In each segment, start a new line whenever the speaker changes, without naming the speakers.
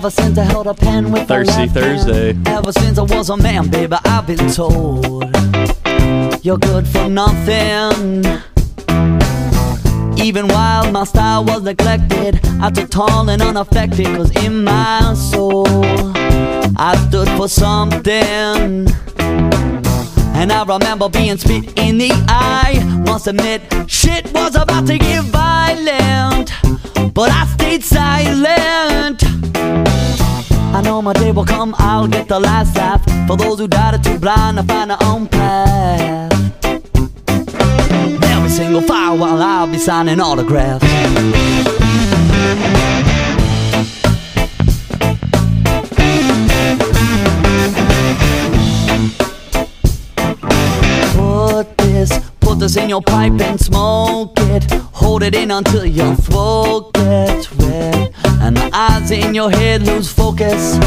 held a pen with
Thirsty
a left
Thursday.
Hand. Ever since I was a man, baby, I've been told you're good for nothing. Even while my style was neglected, I took tall and unaffected, cause in my soul, I stood for something. And I remember being spit in the eye. Must admit, shit was about to get violent. But I stayed silent. I know my day will come, I'll get the last laugh. For those who died are too blind to find their own path. Every single file while I'll be signing autographs. Put this, put this in your pipe and smoke it. Hold it in until your throat gets wet. And the eyes in your head lose focus.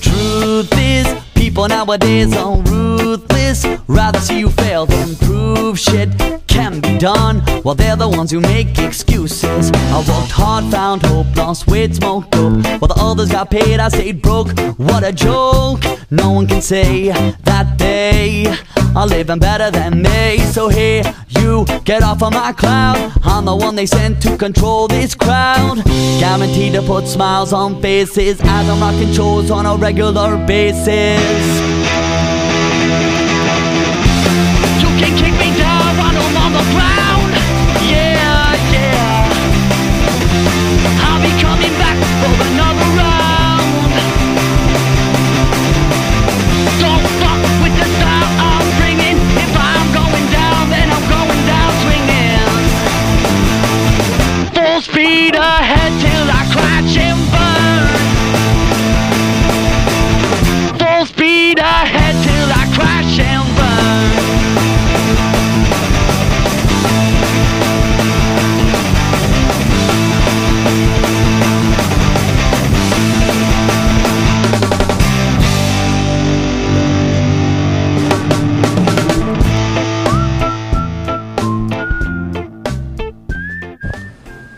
Truth is, people nowadays are ruthless. Rather see you fail than prove shit can be done. While they're the ones who make excuses. I worked hard, found hope, lost weight, smoked dope. While the others got paid, I stayed broke. What a joke! No one can say that they are living better than me. So here you get off of my cloud. I'm the one they sent to control this crowd. Guaranteed to put smiles on faces as I'm rocking shows on a regular basis. You can kick me down while I'm on the ground. Yeah, yeah. I'll be coming back for another round. Don't fuck with the style I'm bringing. If I'm going down, then I'm going down swinging. Full speed ahead till I crash and burn. Full speed ahead till I crash and burn.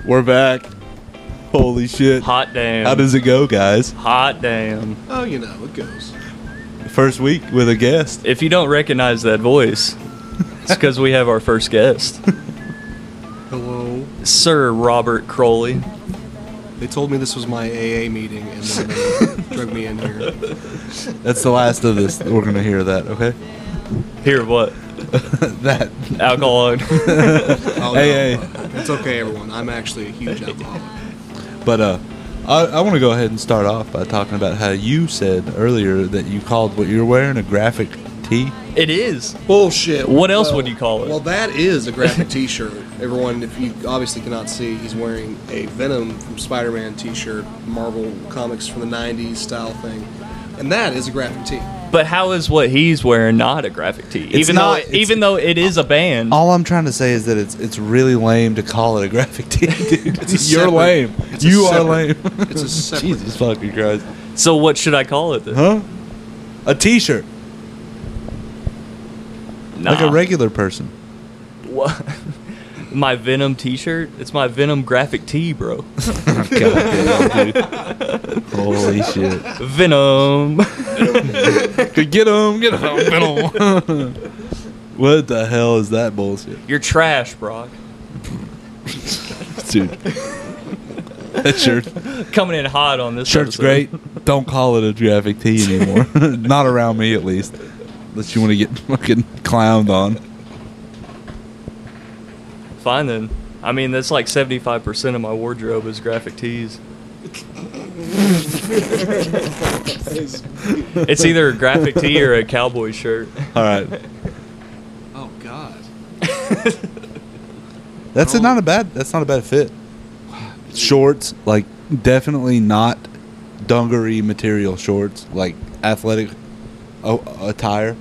We're back. Holy shit.
Hot damn.
How does it go, guys?
Hot damn.
Oh, you know, it goes.
First week with a guest.
If you don't recognize that voice, it's because we have our first guest,
Hello.
Sir Robert Crowley.
They told me this was my AA meeting and then they drug me in here.
That's the last of this. We're gonna hear that, okay?
Here, what?
That.
Alcohol.
Oh,
Hey, hey.
It's okay, everyone. I'm actually a huge alcoholic.
But uh, I, I want to go ahead and start off by talking about how you said earlier that you called what you're wearing a graphic tee.
it is.
Bullshit.
What else would you call it?
Well, that is a graphic T-shirt. Everyone, if you obviously cannot see, he's wearing a Venom from Spider-Man T-shirt, Marvel comics from the '90s style thing, and that is a graphic tee.
But how is what he's wearing not a graphic tee? even
not-
though,
it's- Uh,
even though it is a band.
All I'm trying to say is that it's it's really lame to call it a graphic tee, dude.
It's a
you're
separate-
lame.
it's a
You are
separate-
lame.
It's a separate.
Jesus fucking Christ.
So what should I call it? Then?
Huh? A t-shirt, like
Nah.
a regular person.
What? my Venom T-shirt. It's my Venom graphic tee, bro.
God damn, dude. Holy shit.
Venom.
Get him, get him. what the hell is that bullshit?
You're trash, Brock.
Dude. That shirt.
Coming in hot on this.
Shirt's
episode.
great. Don't call it a graphic tee anymore. Not around me, at least. Unless you want to get fucking clowned on.
Fine then. I mean, that's like 75% of my wardrobe is graphic tees. it's either a graphic tee or a cowboy shirt.
All right.
Oh God.
That's a, not a bad. That's not a bad fit. Shorts, like definitely not dungaree material shorts, like athletic o- attire.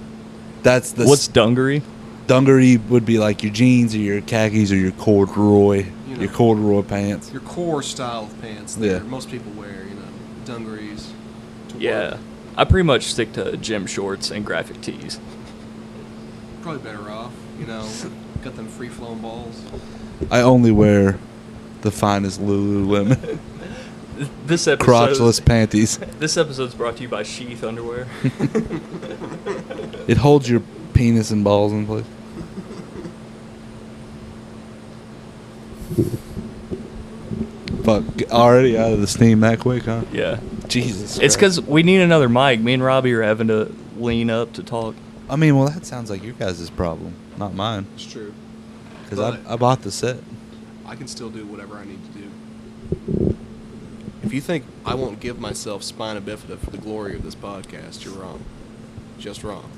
That's the
What's dungaree?
dungaree would be like your jeans or your khakis or your corduroy,
You know.
your corduroy pants.
Your core style of pants that
Yeah.
most people wear, you know, dungarees. to
Yeah.
work.
I pretty much stick to gym shorts and graphic tees.
Probably better off, you know. Got them free flowing balls.
I only wear the finest Lululemon.
This episode.
crotchless panties.
This episode's brought to you by Sheath Underwear.
It holds your penis and balls in place. Fuck, already out of the steam that quick, huh?
yeah.
Jesus.
It's because we need another mic. Me and Robbie are having to lean up to talk.
I mean, well, that sounds like your guys' problem, not mine.
It's true.
Because I,
But-
I bought the set.
I can still do whatever I need to do. If you think I won't give myself spina bifida for the glory of this podcast, you're wrong. Just wrong.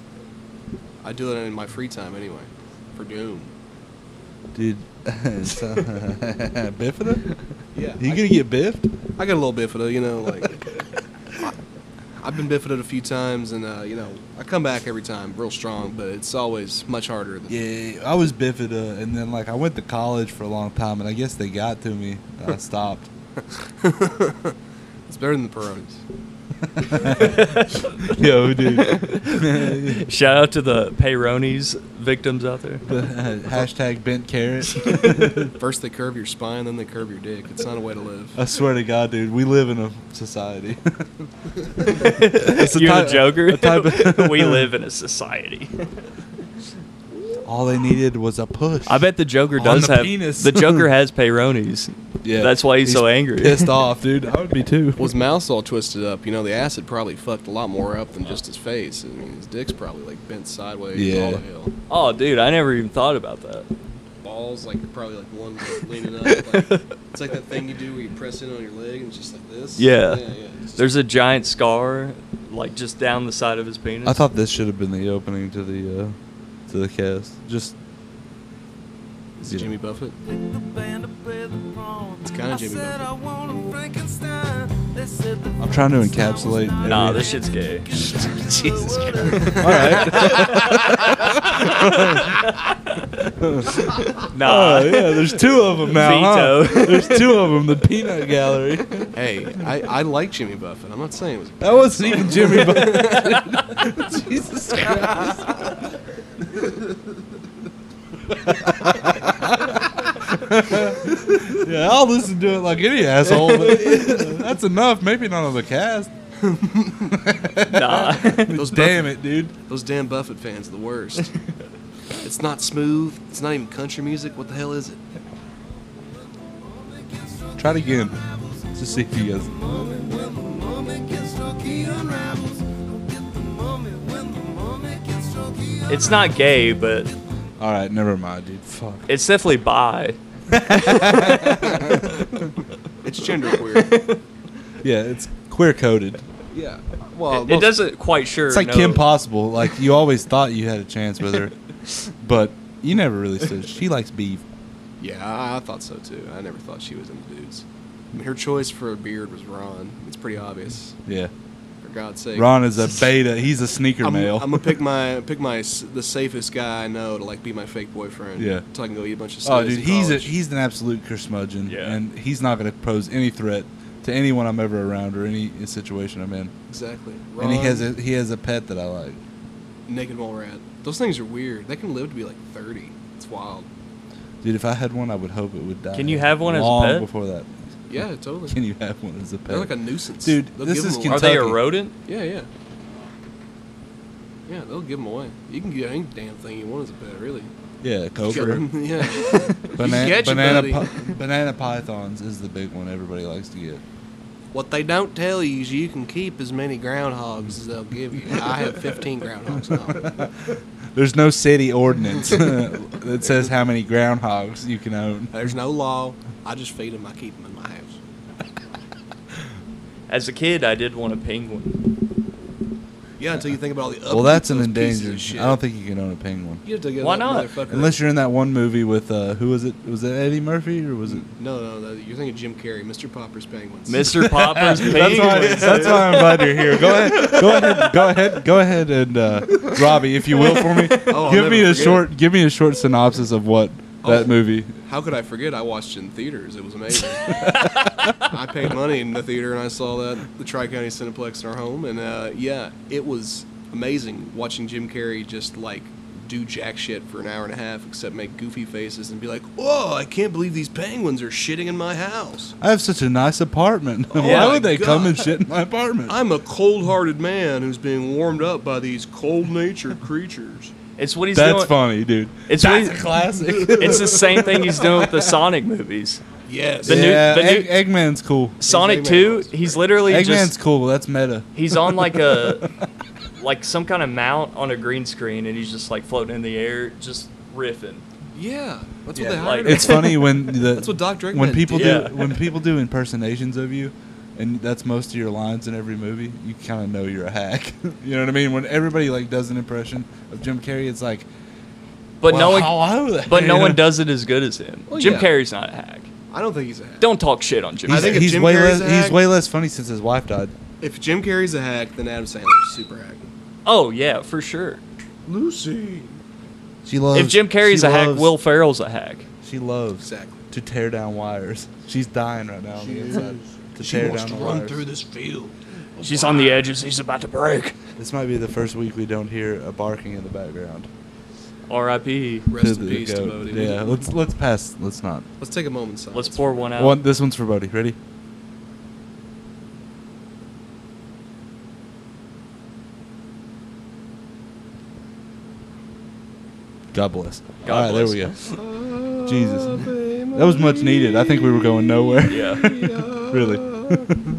I do it in my free time anyway. For Doom.
Dude. so- Bifida?
Yeah.
You
I,
gonna get biffed?
I got a little bifida, you know, like. I, have been bifida a few times, and, uh, you know, I come back every time real strong, but it's always much harder than.
Yeah, I was bifida, and then like I went to college for a long time, and I guess they got to me. and I stopped.
It's better than the Peronis.
Yo, dude.
Shout out to the Peyronie's victims out there.
Hashtag bent carrot.
First they curve your spine, then they curve your dick. It's not a way to live.
I swear to God, dude, we live in a society. a
You're
type-
the Joker.
a type of-
we live in a society.
All they needed was a push.
I bet the Joker
On
does
the
have
penis.
the Joker has Peyronie's. that's why he's, so angry.
Pissed off, dude. I would be too.
Well, his mouth's all twisted up. You know, the acid probably fucked a lot more up than just his face. I mean, his dick's probably like bent sideways
Yeah.
all the hell.
Oh, dude, I never even thought about that.
Balls like are probably like one like, leaning up. Like, it's like that thing you do where you press in on your leg and it's just like this.
Yeah.
yeah. yeah. It's just-
There's a giant scar, like just down the side of his penis.
I thought this should have been the opening to the uh, to the cast. Just
Is it Jimmy Buffett.
It's
kinda Jimmy Buffett.
Buffett.
I'm trying to encapsulate
Nah,
every-
this shit's gay.
Jesus
all right.
Nah.
Oh, yeah, there's two of them now. huh?
Veto.
There's two of them. The peanut gallery.
Hey, I, I like Jimmy Buffett. I'm not saying it was.
That wasn't even Jimmy. Buffett. Jesus Christ. yeah, I'll listen to it like any asshole. But that's enough. Maybe not on the cast.
Nah.
Those
Damn it, dude.
Those damn Buffett fans are the worst. it's not smooth. It's not even country music. What the hell is it?
Try it again. Just see if you guys.
It's not gay, but
All right, never mind, dude. Fuck.
it's definitely bi.
It's genderqueer.
Yeah, it's queer coded.
yeah. Well,
it,
most-
doesn't quite sure.
Oh, It's like
know.
Kim Possible. Like you always thought you had a chance with her, but you never really said she likes beef.
Yeah, I, I thought so too. I never thought she was into dudes. I mean, her choice for a beard was Ron. It's pretty obvious.
Yeah.
For God's sake,
Ron is a beta. He's a sneaker
I'm,
male.
I'm gonna pick my pick my s- the safest guy I know to like be my fake boyfriend.
Yeah.
so I can go eat a bunch of.
oh,
sodas
dude,
in
he's a,
college.
he's an absolute curmudgeon,
Yeah.
and he's not going to pose any threat to anyone I'm ever around or any situation I'm in.
exactly.
and he has
Ron,
a he has a pet that I like.
naked mole rat. Those things are weird. They can live to be like thirty. It's wild.
Dude, if I had one, I would hope it would die.
Can you have one as a
long
pet?
before that?
Yeah, totally.
Can you have one as a pet?
They're like a nuisance,
Dude,
They'll
this
give 'em
is
away.
Are they a
Kentucky.
rodent?
Yeah, yeah. Yeah, they'll give them away. You can get any damn thing you want as a pet, really.
yeah, cobra.
yeah.
Bana-
catch 'em,
banana
buddy.
pi- banana pythons is the big one everybody likes to get.
What they don't tell you is you can keep as many groundhogs as they'll give you. I have 15 groundhogs now.
There's no city ordinance that says how many groundhogs you can own.
There's no law. I just feed them. I keep them in my house.
As a kid, I did want a penguin.
Yeah, until you think about all the.
Well, that's an
those pieces of
endangered.
shit.
I don't think you can own a penguin.
You have to get
Why
that
not?
motherfucker-
Unless you're in that one movie with uh, who was it? Was it Eddie Murphy or was it?
No, no, no, you're thinking Jim Carrey, Mr. Popper's Penguins.
Mr. Popper's
That's why,
penguin.
that's why I'm glad you're here. Go ahead, go ahead, go ahead, go ahead, and uh, Robbie, if you will, for me,
Oh, I'll
give me
never
a
forget
short, give me a short synopsis of what
Oh.
that movie.
How could I forget? I watched it in theaters. It was amazing. I paid money in the theater and I saw that at the Tri County Cineplex in our home, and uh, yeah, it was amazing watching Jim Carrey just like do jack shit for an hour and a half except make goofy faces and be like, "Whoa, I can't believe these penguins are shitting in my house."
I have such a nice apartment.
Oh, my
Why would they
God.
come and shit in my apartment?
I'm a cold-hearted man who's being warmed up by these cold-natured creatures.
It's what he's
That's
doing.
funny, dude.
It's
That's
what
a
he-
classic.
It's the same thing he's doing with the Sonic movies.
Yes.
The new-
yeah,
the new-
Egg- Eggman's cool.
Sonic
Eggman
Two,
was
he's
great.
literally
Eggman's
just
cool. That's meta.
he's on like a like some kind of mount on a green screen, and he's just like floating in the air, just riffing.
yeah. That's
Yeah,
what they
like-
hired. him.
It's funny when the
That's what Doc Drake
when
did.
people
Yeah.
do when people do impersonations of you, and that's most of your lines in every movie. You kind of know you're a hack. you know what I mean? When everybody like does an impression of Jim Carrey, it's like,
But no
well,
one,
hello there,
but no
you
one
know?
does it as good as him.
Well,
Jim
yeah.
Carrey's not a hack.
I don't think he's a hack.
Don't talk shit on Jim.
He's,
I think
Carrey.
if
he's
Jim
way less.
Carrey's a
He's
hack-
way less funny since his wife died.
If Jim Carrey's a hack, then Adam Sandler's super hack.
oh yeah, for sure.
Lucy.
She loves.
If Jim Carrey's
she
a hack,
loves-
Will Ferrell's a hack.
She loves
Exactly.
to tear down wires. She's dying right now. on the inside. To
She
tear
wants
down
to
the
run
wires.
through this field.
She's on the edges. He's about to break.
This might be the first week we don't hear a barking in the background.
R.I.P.
Rest
To
in
the
peace to
goat.
Bodie.
Yeah, let's let's pass. Let's not.
Let's take a moment. Silence.
Let's pour one out.
One. This one's for Bodie. Ready? God bless.
God
All right, there
bless.
we go. Jesus, that was much needed. I think we were going nowhere.
Yeah.
really.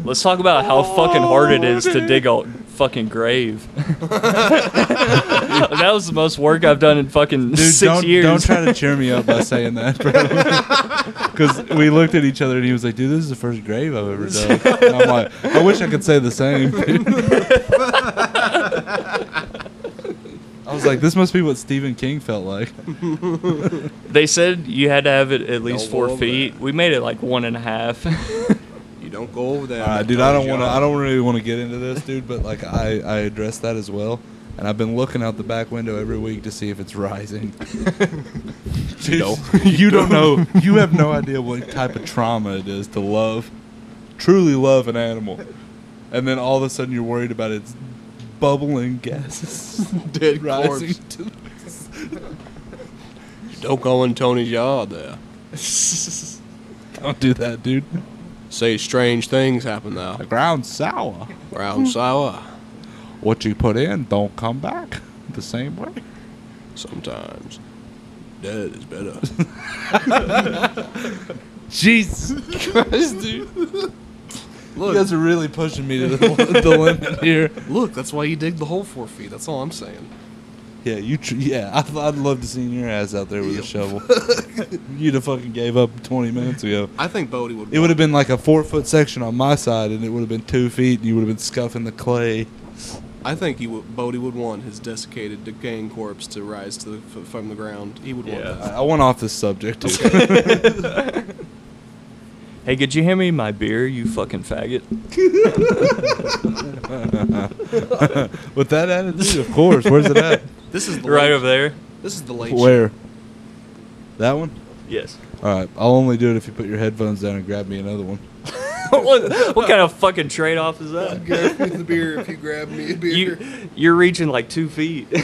Let's talk about how fucking hard it is to dig a fucking grave. that was the most work I've done in fucking
Dude,
6
don't,
years.
don't try to cheer me up by saying that, bro. Because we looked at each other and he was like, "Dude, this is the first grave I've ever done." And I'm like, "I wish I could say the same." dude." I was like, "This must be what Stephen King felt like."
they said you had to have it at least
Don't go
four
over
feet.
that.
We made it like one and a half.
You don't go over that.
All right, Uh, dude, I don't want to. I don't really want to get into this, dude. But like, I I addressed that as well, and I've been looking out the back window every week to see if it's rising. Dude,
No.
you don't know. You have no idea what type of trauma it is to love, truly love an animal, and then all of a sudden you're worried about its bubbling gases
Dead
rising.
corpse.
To
Don't go in Tony's yard there.
don't do that, dude.
Say strange things happen there.
The ground's sour. Mm.
Ground sour.
What you put in don't come back the same way.
Sometimes. Dead is better.
Jesus Christ, dude.
Look.
You guys are really pushing me to the, the limit here.
Look, that's why you dig the hole four feet. That's all I'm saying.
Yeah, you. Tr- yeah, I'd, I'd love to see your ass out there with a shovel. You'd have fucking gave up 20 minutes ago.
I think Bodie would.
It would have been like a four foot section on my side, and it would have been two feet, and you would have been scuffing the clay.
I think he would. Bodie would want his desiccated, decaying corpse to rise to the, f- from the ground. He would want
Yeah.
I,
that.
I went off this subject. dude.
hey, could you hand me my beer, you fucking faggot?
with that attitude, of course. Where's it at?
This is the
Right
late-
over there.
This is the late.
Where? That one?
Yes.
All right. I'll only do it if you put your headphones down and grab me another one.
what, what kind of fucking trade off is that?
Grab me the beer if you grab me a
You, you're reaching like two feet.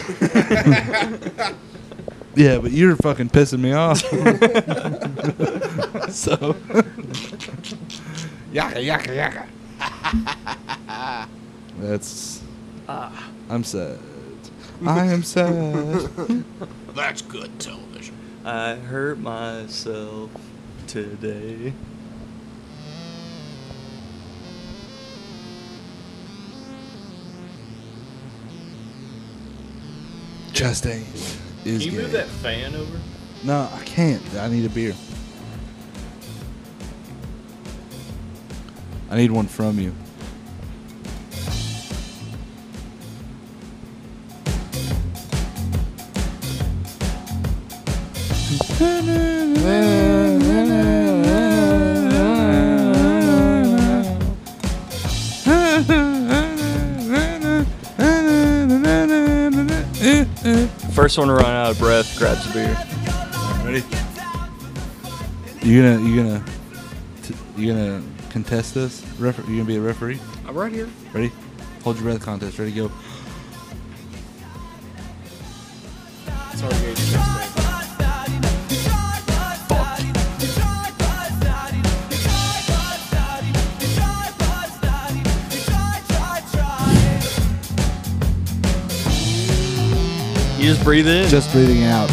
Yeah, but you're fucking pissing me off. so. yaka, yaka, yaka. That's. I'm sad. I am sad.
That's good television.
I hurt myself today.
Chastain is gay.
fan over?
No, I can't. I need a beer. I need one from you.
First one to run out of breath grabs a beer.
Ready? You gonna you gonna t- you gonna contest this? Refer- you gonna be a referee?
I'm right here.
Ready? Hold your breath contest. Ready? Go.
It's Stargate 6 thing.
You just breathe in.
Just breathing out.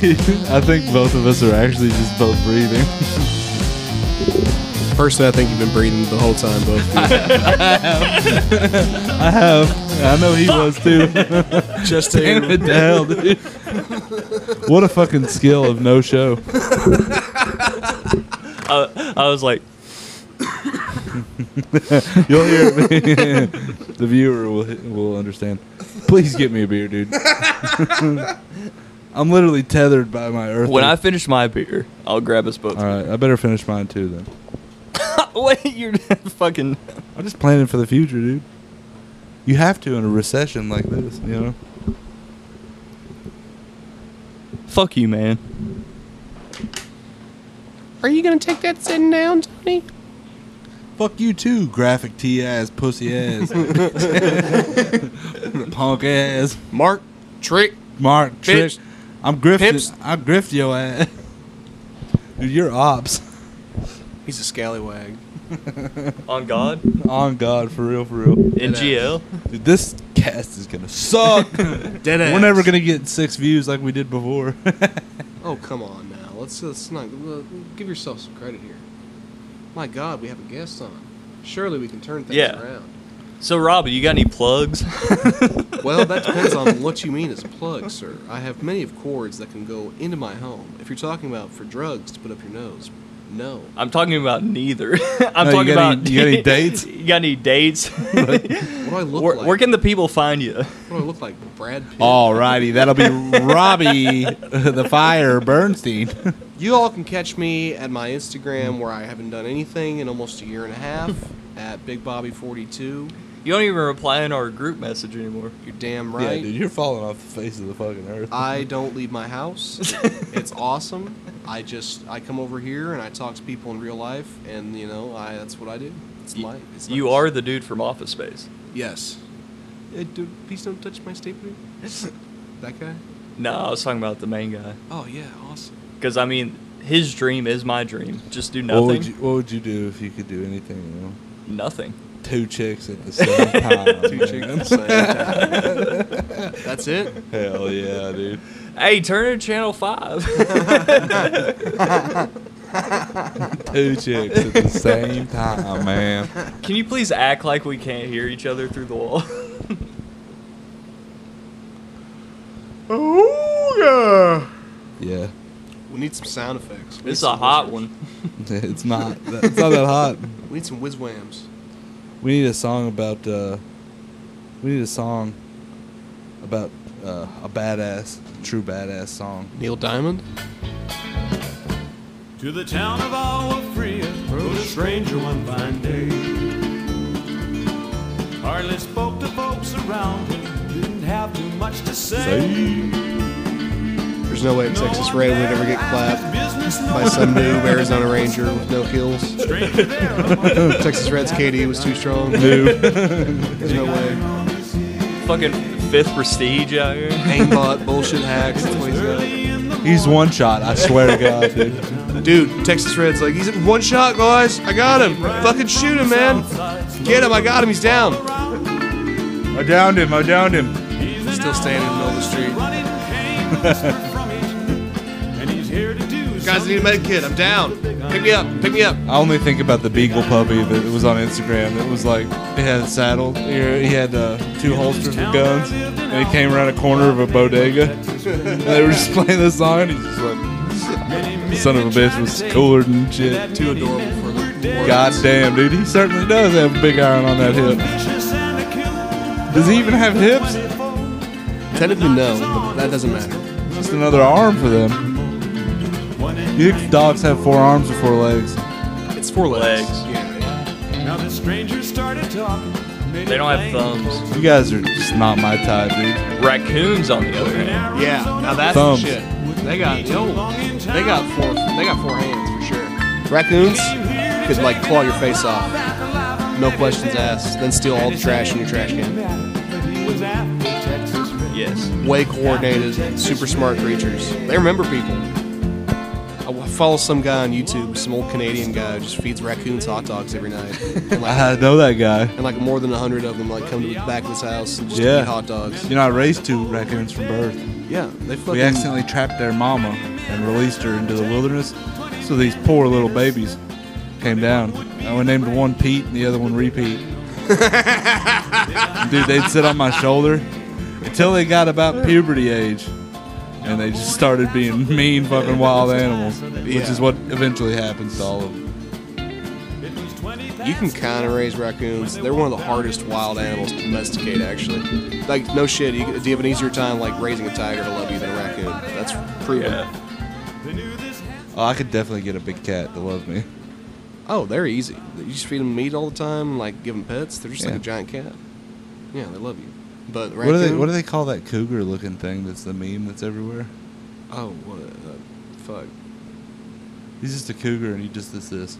Dude, I think both of us are actually just both breathing.
Personally, I think you've been breathing the whole time, both.
I have. I know he was too.
Just
Damn it, hell, dude. What a fucking skill of no show.
I, I was like,
You'll hear me. the viewer will will understand. Please get me a beer, dude. I'm literally tethered by my earth.
when I finish my beer, I'll grab us both.
all right, I better finish mine too. Then
Wait, you're fucking.
I'm just planning for the future, dude. You have to in a recession like this, you know.
Fuck you, man.
Are you gonna take that sitting down, Tony?
Fuck you too, graphic T ass, pussy ass, punk ass,
Mark, trick.
Mark Trick.
Bitch.
I'm grifting.
Pips.
I grift your ass, dude. You're ops.
He's a scallywag.
On God?
On God, for real, for real.
In
ass.
GL?
Dude, this cast is gonna suck.
Dead
We're never gonna get six views like we did before.
Oh come on now. Let's let's not let- give yourself some credit here. My God, we have a guest on. Surely we can turn things
Yeah.
around.
So, Robbie, you got any plugs?
Well, that depends on what you mean as a plug, sir. I have many of cords that can go into my home. If you're talking about for drugs to put up your nose, no.
I'm talking about neither. I'm
No,
talking
you got
about.
any- you got any dates?
you got any dates?
What do I look
where,
like?
where can the people find you?
What do I look like, Brad Pitt?
Alrighty, that'll be Robbie the Fire Bernstein.
You all can catch me at my Instagram where I haven't done anything in almost a year and a half at Big Bobby 42.
You don't even reply in our group message anymore.
You're damn
Yeah,
right.
dude, you're falling off the face of the fucking earth.
I don't leave my house. it's awesome. I just I come over here and I talk to people in real life, and you know I that's what I do. It's
You,
life. It's
you
nice.
are the dude from Office Space.
yes. Uh, dude, please don't touch my stapler. that guy.
No, I was talking about the main guy.
Oh yeah, awesome.
Because, I mean, his dream is my dream. Just do
what
nothing.
would you What would you do if you could do anything? You know,
Nothing.
two chicks at the same time.
Two chicks at the same time. That's it.
Hell yeah, dude.
Hey, turn to Channel 5.
Two chicks at the same time, man.
Can you please act like we can't hear each other through the wall?
Yeah,
We need some sound effects. We
this is
need
a
some
hot
whizzers.
one.
it's not. It's not that hot.
We need some whiz whams.
We need a song about. uh We need a song about uh, a badass, true badass song.
Neil Diamond.
To the town of Owafria rode a stranger one fine day. Hardly spoke to folks around him, didn't have too much to say.
There's no way a Texas Ray would ever get clapped by
by
some noob Arizona Ranger with no heels.
stranger there among
Texas Reds KD was too strong. There's no way.
Fucking fifth prestige out here.
Aimbot, bullshit hacks. That's what he's got.
early in the
He's one shot. I swear to God, dude.
Dude, Texas Reds like, he's at one shot, guys. I got him. Fucking shoot him, man. Get him. I got him. He's down.
morning.
I downed him. I downed him.
Still standing in the middle of the street.
And he's here to do
Guys, I need a med kit. I'm down. Pick me up. Pick me up.
I only think about the beagle puppy that was on Instagram. That was like it had a saddle. He he had uh, two holsters with guns, and he came around a corner of a bodega. And they were just playing this song. And he's just like,
something.
the son of a bitch was cooler than shit.
Too adorable for the
God damn, dude, he certainly does have a big iron on that hip. Does he even have hips?
Technically, no, but that doesn't matter.
Just another arm for them. You think dogs have four arms or four legs?
It's four legs.
Legs.
Yeah.
Now the stranger started talking.
They don't have thumbs.
You guys are just not my type, dude.
Raccoons, on the other hand.
Yeah. Now that's
Thumbs.
the shit. They got yo, They got four. They got four hands for sure. Raccoons could like claw your face off. No questions asked. Then steal all the trash in your trash can.
Yes.
Way coordinated, super smart creatures. They remember people. I w- follow some guy on YouTube, some old Canadian guy, who just feeds raccoons hot dogs every night. And
I
like,
know that guy.
and like more than a hundred of them like come to the back of his house and just
Yeah.
eat hot dogs.
You know, I raised two raccoons from birth.
Yeah, they fucking.
We accidentally trapped their mama and released her into the wilderness. So these poor little babies came down. And we named one Pete and the other one Repeat. Dude, they'd sit on my shoulder until they got about puberty age. And they just started being mean fucking wild animals, which
Yeah.
is what eventually happens to all of them.
You can kind of raise raccoons. They're one of the hardest wild animals to domesticate, actually. Like, no shit. You, do you have an easier time like raising a tiger to love you than a raccoon? That's proven.
Yeah.
Oh, I could definitely get a big cat to love me.
Oh, they're easy. You just feed them meat all the time, like give them pets. They're just
Yeah.
like a giant cat. Yeah, they love you. But raccoon.
What do they What do they call that cougar looking thing that's the meme that's everywhere?
Oh, what? Uh, fuck.
He's just a cougar and he just does this.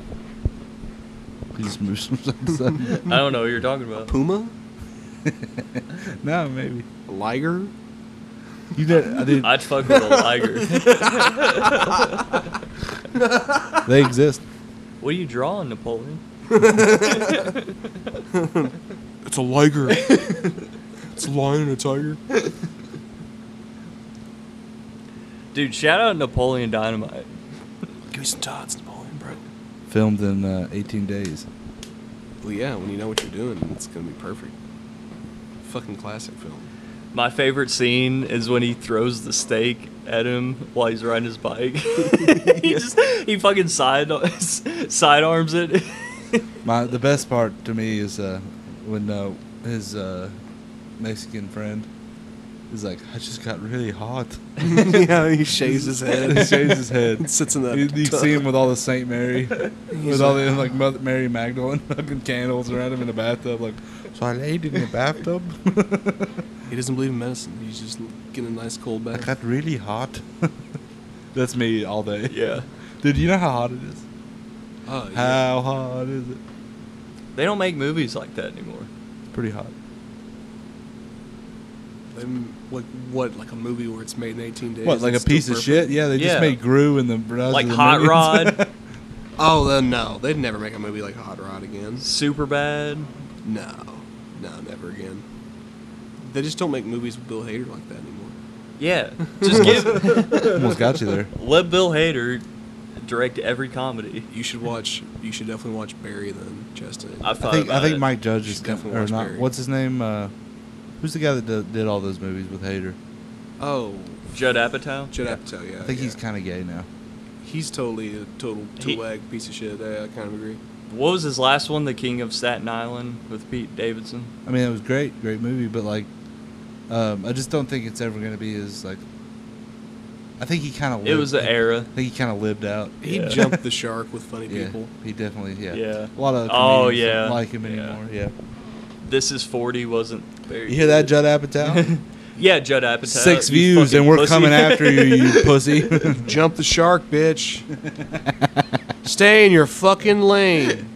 He just moves from side to side.
I don't know what you're talking about.
Puma?
no, maybe.
A liger?
You did, I did,
I'd fuck with a liger.
they exist.
What are you drawing, Napoleon?
It's a liger. it's a lion and a tiger.
Dude, shout out Napoleon Dynamite.
Give me some tots, Napoleon, bro.
Filmed in uh, 18 days.
Well, yeah, when you know what you're doing, it's gonna be perfect. Fucking classic film.
My favorite scene is when he throws the steak at him while he's riding his bike. he just he fucking side sidearms it.
My the best part to me is uh, when uh, his uh, Mexican friend is like, I just got really hot.
yeah, he shaves his
And he shaves his head.
Sits in the
You, you
tub.
see him with all the Saint Mary,
He's
with all the like Mother Mary Magdalene fucking candles around him in the bathtub. Like, so I laid in the bathtub.
He doesn't believe in medicine. He's just getting a nice cold
I
bath.
got really hot. That's me all day.
yeah.
Dude, you know how hot it is?
Oh, yeah.
How hot is it?
They don't make movies like that anymore.
It's pretty hot.
They m- like what? Like a movie where it's made in 18 days?
What, like a
It's still
piece of
perfect?
shit? Yeah, they
Yeah.
just made Gru and the Rise
Like
of the
Hot
Minions.
Rod,
Oh, then no. They'd never make a movie like Hot Rod again.
super bad.
No. No, never again. They just don't make movies with Bill Hader like that anymore.
Yeah. Just give
Almost got you there.
let Bill Hader direct every comedy.
You should watch. You should definitely watch Barry then, Justin.
I
I
thought
think I
about
think
it.
Mike Judge is
Should
definitely
definitely
or
watch
not.
Barry.
What's his name? Uh, who's the guy that did, did all those movies with Hader?
oh,
Judd Apatow.
Judd Apatow. Yeah,
I
Oh,
think
yeah.
he's kind of gay now.
He's totally a total
He-
two-leg piece of shit. Yeah, I kind of agree.
What was his last one? The King of Staten Island with Pete Davidson.
I mean, it was great, great movie, but like, um, I just don't think it's ever going to be as like. I think he kind of.
It was the era.
I think he kind of lived out.
He
Yeah.
jumped the shark with funny
Yeah,
people.
he definitely. Yeah.
Yeah.
A lot of.
Oh,
comedians don't
yeah.
Like him
Yeah.
anymore? Yeah.
This is forty wasn't very.
You hear that, Judd Apatow?
Yeah, Judd Apatow.
Six
you
views,
fucking
and we're
pussy.
coming after you, you pussy.
Jump the shark, bitch. Stay in your fucking lane.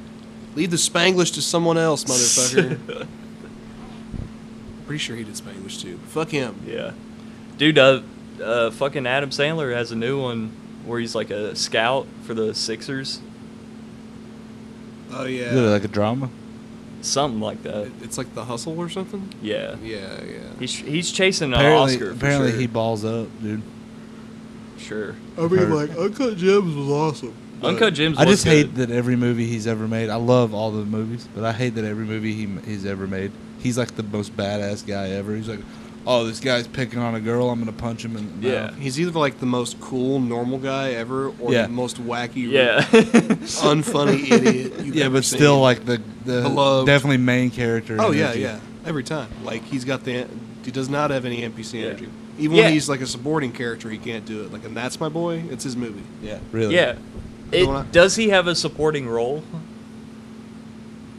Leave the Spanglish to someone else, motherfucker. Pretty sure he did Spanglish too. Fuck him.
yeah, dude. Uh, uh, fucking Adam Sandler has a new one where he's like a scout for the Sixers,
Oh
Is it
yeah.
like a drama?
something like that.
It- It's like the hustle or something.
Yeah,
Yeah, yeah.
he's he's chasing an
apparently,
Oscar. For
apparently
sure.
he balls up, dude.
sure.
I
mean,
like Uncut Gems was awesome.
Uncut Gems.
I just
was
hate
good.
that every movie he's ever made. I love all the movies, but I hate that every movie he he's ever made. He's like the most badass guy ever. He's like, oh, this guy's picking on a girl. I'm gonna punch him in the
Yeah.
mouth.
He's either like the most cool normal guy ever, or
Yeah.
the most wacky,
Yeah,
unfunny idiot. You've
Yeah,
ever
but
seen.
still, like the the
Beloved.
definitely main character.
Oh yeah,
energy.
yeah. Every time, like he's got the he does not have any NPC
Yeah.
energy. Even
Yeah.
when he's like a supporting character, he can't do it. Like, and that's my boy. It's his movie.
yeah, really.
yeah. It,
wanna-
does he have a supporting role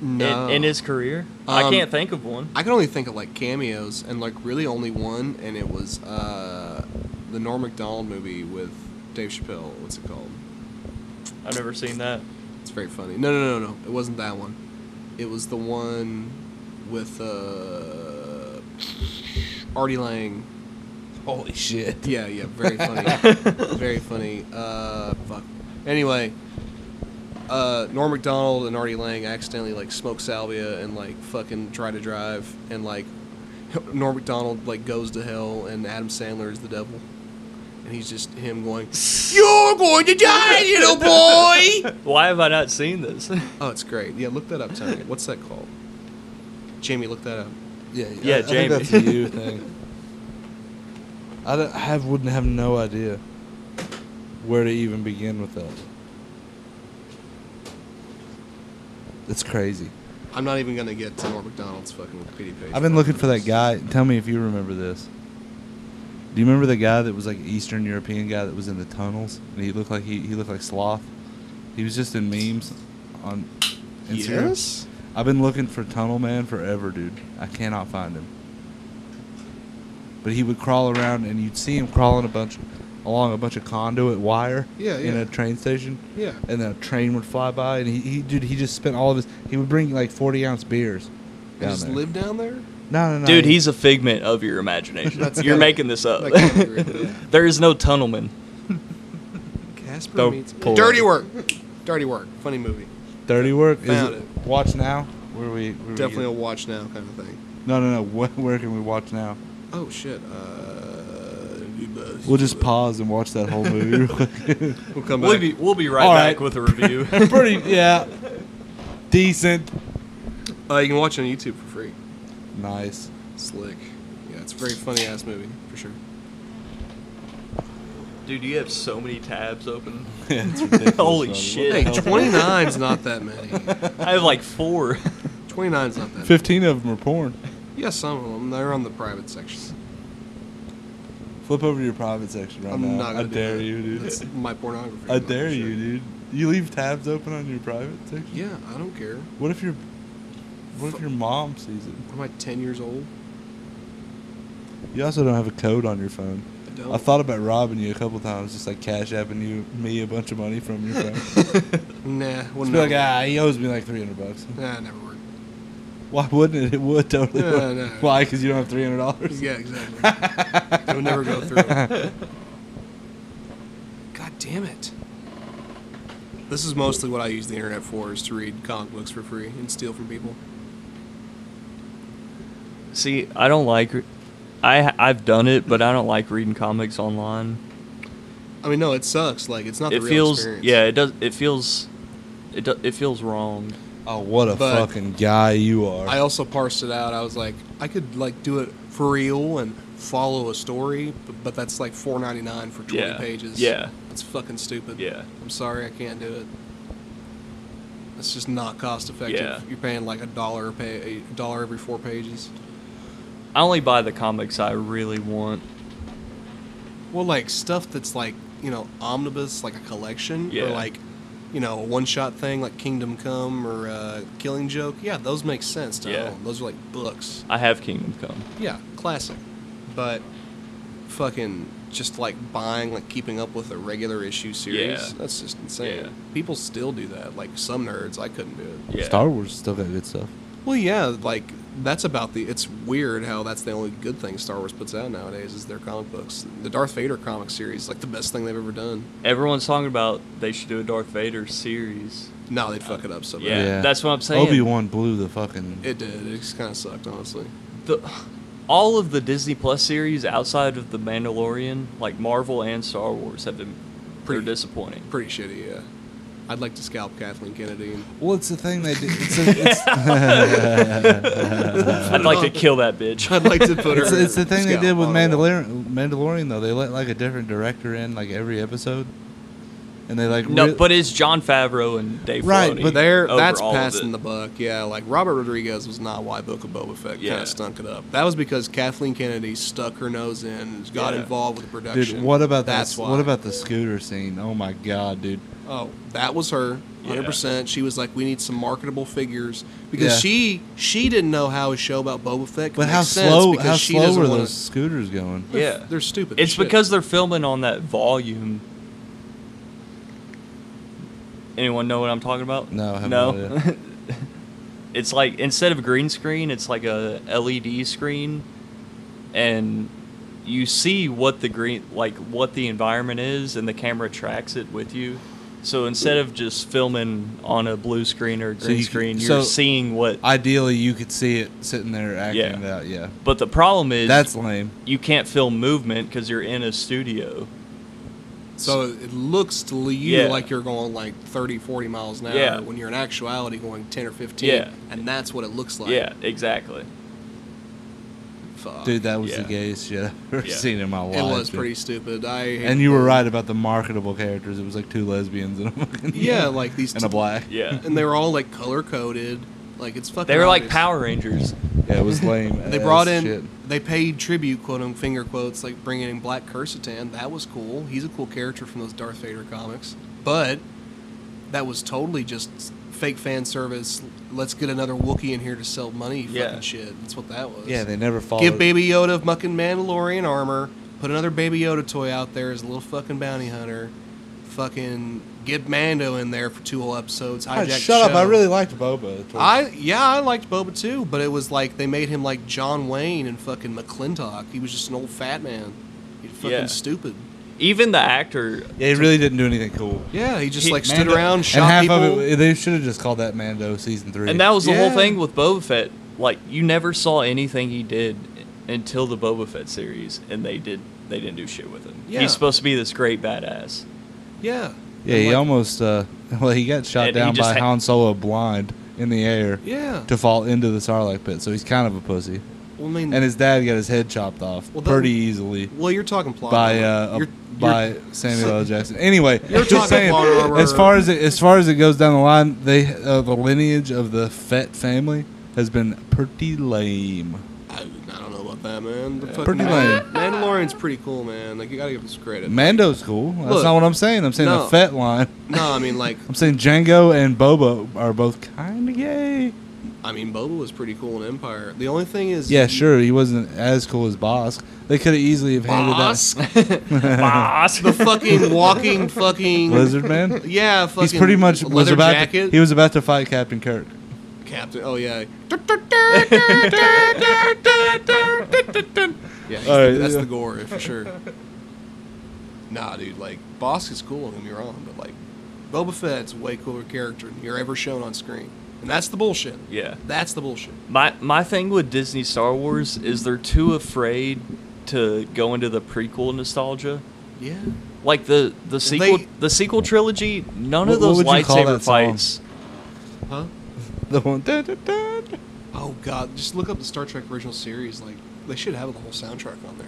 No,
in, in his career? I
Um,
can't think of one.
I can only think of like cameos and like really only one, and it was uh the Norm Macdonald movie with Dave Chappelle. What's it called?
I've never seen that.
It's very funny. No, no, no, no. It wasn't that one. It was the one with uh, Artie Lang.
Holy shit.
Yeah, yeah, very funny, very funny. Uh, fuck. Anyway, uh, Norm Macdonald and Artie Lang accidentally like smoke salvia and like fucking try to drive and like Norm Macdonald like goes to hell and Adam Sandler is the devil. And he's just him going, You're going to die, little boy!
Why have I not seen this?
Oh, it's great. Yeah, look that up, Tony. What's that called? Jamie, look that up.
Yeah,
Yeah,
I,
Jamie.
I think that's a you thing. I, don't, I have, wouldn't have no idea where to even begin with that. It's crazy.
I'm not even gonna get to Norm Macdonald's fucking Wikipedia page.
I've been looking for that guy. Tell me if you remember this. Do you remember the guy that was like Eastern European guy that was in the tunnels and he looked like he, he looked like sloth? He was just in memes on Instagram.
Yes?
I've been looking for Tunnel Man forever, dude. I cannot find him. But he would crawl around, and you'd see him crawling a bunch along a bunch of conduit wire
Yeah,
in
yeah.
a train station.
Yeah.
And then a train would fly by, and he, he dude, he just spent all of his. He would bring like forty ounce beers.
You
Down
just
there.
live down there?
no, no, no.
Dude,
he-
he's a figment of your imagination.
That's
You're
gotta-
making this up.
Uh.
that gotta be real, yeah.
there is no tunnelman.
Casper
Don't
meets
pull
Dirty
it.
Work. Dirty Work. Funny movie.
dirty work. Is
Found
it,
it.
Watch now. Where we where we
Definitely
get-
a watch now kind of thing.
no, no, no. Where, where can we watch now?
Oh shit. Uh,
We'll just pause and watch that whole movie. real quick.
We'll come back.
We'll be, we'll be right
All
back
right.
with a review.
Pretty, yeah. Decent.
Uh, you can watch it on YouTube for free.
Nice.
Slick. Yeah, it's a very funny ass movie for sure.
Dude, you have so many tabs open.
Yeah, it's ridiculous.
Holy
brother.
shit.
Hey, 29's not that many.
I have like four.
29's not that. many.
Fifteen of them are porn.
Yeah, some of them. They're on the private section.
Flip over to your private section right
I'm
now.
not gonna
I
do
dare
that.
you, dude.
That's my pornography.
I
I'm not
dare
sure.
you, dude. You leave tabs open on your private section.
Yeah, I don't care.
What if your What if your mom sees it?
Am I 10 years old?
You also don't have a code on your phone.
I don't.
I thought about robbing you a couple times, just like cash apping you me a bunch of money from your phone.
Nah,
just
wouldn't
be like,
never-
ah, he owes me like three hundred bucks.
Nah, never worked.
Why wouldn't it? It would totally.
No,
work.
no.
Why? Because you don't have three hundred dollars.
Yeah, exactly. it would never go through. God damn it. This is mostly what I use the internet for, is to read comic books for free and steal from people.
See, I don't like. Re- I I've done it, but I don't like reading comics online.
I mean, no, it sucks. Like, it's not the
It
real
feels
experience.
yeah. It does. It feels. It do, it feels wrong.
Oh, what a
But-
fucking guy you are.
I also parsed it out. I was like, I could like do it for real and follow a story, but, but that's like four ninety nine for twenty
Yeah.
pages.
Yeah.
it's fucking stupid.
Yeah.
I'm sorry, I can't do it. It's just not cost effective.
Yeah.
You're paying like a dollar a pay a dollar every four pages.
I only buy the comics I really want.
Well, like stuff that's like you know omnibus, like a collection,
Yeah.
or like you know a one shot thing, like Kingdom Come or uh, Killing Joke. Yeah, those make sense to
Yeah.
own. Those are like books.
I have Kingdom Come.
Yeah, classic. But fucking just like buying, like keeping up with a regular issue series.
Yeah.
That's just insane.
Yeah.
People still do that. Like some nerds, I couldn't do it.
Yeah.
Star Wars still got good stuff.
Well, yeah, like that's about the. It's weird how that's the only good thing Star Wars puts out nowadays is their comic books. The Darth Vader comic series, is, like the best thing they've ever done.
Everyone's talking about they should do a Darth Vader series.
No, they'd fuck it up so bad.
Yeah, that's what I'm saying.
Obi Wan blew the fucking.
It did. It just kind of sucked, honestly.
The all of the Disney Plus series outside of the Mandalorian, like Marvel and Star Wars, have been pretty
Pretty-
disappointing.
Pretty shitty, yeah. I'd like to scalp Kathleen Kennedy. And,
well, it's the thing they did. It's, a, it's,
I'd like to kill that bitch.
I'd like to put her.
it's, it's the thing they
scalp
did with
on a wall.
Mandalorian. Mandalorian though, they let like a different director in like every episode, and they like
No,
re-
but it's John Favreau and Dave
Right,
Filoni
But there,
over
that's
all of
passing
it.
the buck. Yeah, like Robert Rodriguez was not why Book of Boba Fett kind
Yeah.
of stunk it up. That was because Kathleen Kennedy stuck her nose in, got
Yeah.
involved with the production.
dude, what about that?
that's
s-
why.
What about the scooter scene? Oh my god, dude!
Oh, that was her, hundred
Yeah.
percent. She was like, we need some marketable figures because
Yeah.
she she didn't know how a show about Boba Fett. Could
But how
make sense
slow?
Because
How
she
slow
doesn't
were
wanna-
those scooters going?
Yeah,
They're stupid. as
It's
shit.
because they're filming on that volume. Anyone know what I'm talking about?
No, I have no
no.
idea.
It's like instead of green screen, it's like a LED screen, and you see what the green like what the environment is, and the camera tracks it with you. So instead of just filming on a blue screen or a green
you c-
screen,
so-
you're seeing what.
Ideally, you could see it sitting there acting
Yeah.
it out. Yeah,
but the problem is
that's lame.
you can't film movement because you're in a studio.
So it looks to you
Yeah.
like you're going like 30, 40 miles an hour
Yeah.
when you're in actuality going 10 or 15.
Yeah.
And that's what it looks like.
yeah, exactly.
Fuck.
Dude, that was
yeah.
the gayest shit I've ever
Yeah.
seen in my life.
it was
dude.
pretty stupid. I
And you were right about the marketable characters. It was like two lesbians and a fucking
Yeah, like these
and a
t-
black.
Yeah.
and they were all like color coded. Like it's fucking
They were like
obvious.
Power Rangers.
Yeah, it was lame.
They
as
brought in
shit.
they paid tribute quote unquote finger quotes like bringing in Black Cursitan. That was cool. He's a cool character from those Darth Vader comics. But that was totally just fake fan service. Let's get another Wookiee in here to sell money fucking
Yeah.
shit. That's what that was.
Yeah, they never followed.
Give Baby Yoda fucking Mandalorian armor. Put another Baby Yoda toy out there as a little fucking bounty hunter. Fucking get Mando in there for two whole episodes.
God,
Hijack the
shut up!
show.
I really liked Boba.
I yeah, I liked Boba too, but it was like they made him like John Wayne and fucking McClintock. He was just an old fat man. He fucking
Yeah.
stupid.
Even the actor
yeah, he really didn't do anything cool.
Yeah, he just
He-
like stood
Mando-
around,
and
shot
half of
people.
it, they should have just called that Mando season three.
And that was the
Yeah.
whole thing with Boba Fett. Like you never saw anything he did until the Boba Fett series, and they did they didn't do shit with him.
Yeah.
He's supposed to be this great badass.
yeah.
yeah,
And,
he
like,
almost uh, well, he got shot
And he
down
just
by
had-
Han Solo blind in the air
Yeah.
to fall into the Sarlacc pit. So he's kind of a pussy.
Well, I mean,
And his dad got his head chopped off
Well, that-
pretty easily
well, you're talking plot.
by
armor.
uh, a-
You're-
by
you're-
Samuel L. Jackson. Anyway,
You're
just
talking
saying,
plot armor.
as far as it, as far as it goes down the line, they uh, the lineage of the Fett family has been pretty lame.
I, I don't know about that, man. The fucking
Pretty
Man- Mandalorian's pretty cool, man. Like you gotta give him some credit.
Mando's cool. That's
Look,
not what I'm saying. I'm saying
no.
the Fett line.
no, I mean like
I'm saying Django and Boba are both kind of gay.
I mean Boba was pretty cool in Empire. The only thing is
Yeah, sure. He wasn't as cool as Bosk. They could have easily have handed
Boss,
Boss.
the fucking walking fucking
that lizard man.
Yeah, fucking
He's pretty much was
leather
about
jacket.
To, he was about to fight Captain Kirk.
Captain. Oh yeah. yeah, he's
All right,
the, that's
yeah.
the gore for sure. Nah, dude, like Bosk is cool. Don't get me wrong, but like Boba Fett's a way cooler character than you're ever shown on screen, and that's the bullshit.
yeah.
That's the bullshit.
My my thing with Disney Star Wars is they're too afraid to go into the prequel nostalgia.
Yeah.
Like the the sequel
They-
the sequel trilogy, none
What-
of those
what would you call
lightsaber
that song?
fights.
Huh?
The one. da, da, da, da.
Oh god, just look up the Star Trek original series. Like they should have the whole soundtrack on there.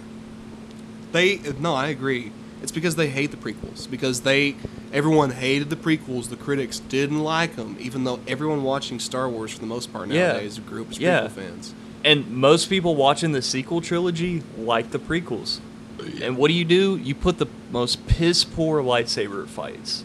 They no, I agree. It's because they hate the prequels. Because they everyone hated the prequels. The critics didn't like them, even though everyone watching Star Wars for the most part
Yeah.
nowadays yeah. groups prequel
Yeah.
fans.
And most people watching the sequel trilogy like the prequels. And what do you do? You put the most piss poor lightsaber fights.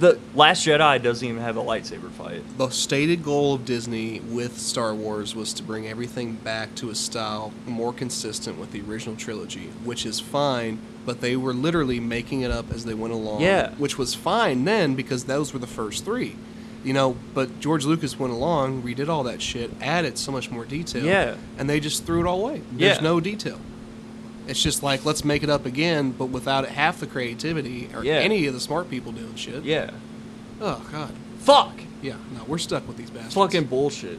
The Last Jedi doesn't even have a lightsaber fight.
The stated goal of Disney with Star Wars was to bring everything back to a style more consistent with the original trilogy, which is fine, but they were literally making it up as they went along.
Yeah.
Which was fine then because those were the first three. You know, but George Lucas went along, redid all that shit, added so much more detail.
Yeah.
And they just threw it all away. There's
Yeah.
no detail. It's just like, let's make it up again, but without half the creativity or
Yeah.
any of the smart people doing shit.
Yeah.
Oh, God.
Fuck.
Yeah, no, we're stuck with these bastards.
Fucking bullshit.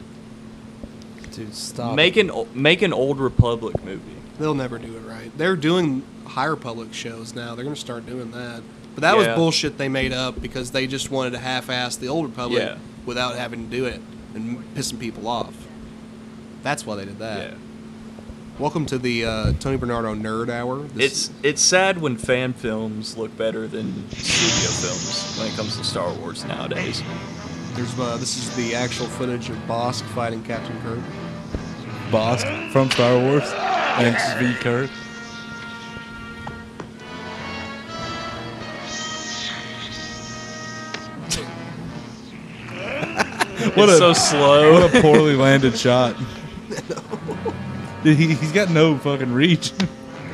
Dude, stop.
Make an o- make an old Republic movie.
They'll never do it right. They're doing higher public shows now. They're going to start doing that. But that was
Yeah.
bullshit they made up because they just wanted to half-ass the older public
Yeah.
without having to do it and pissing people off. That's why they did
Uh,
that.
Yeah.
Welcome to the uh, Tony Bernardo Nerd Hour.
It's it's sad when fan films look better than studio films when it comes to Star Wars nowadays.
there's uh, this is the actual footage of Bosk fighting Captain Kirk.
Bosk from Star Wars and V Kirk. What
it's so
a-
slow.
What a poorly landed shot. Dude, he, he's got no fucking reach.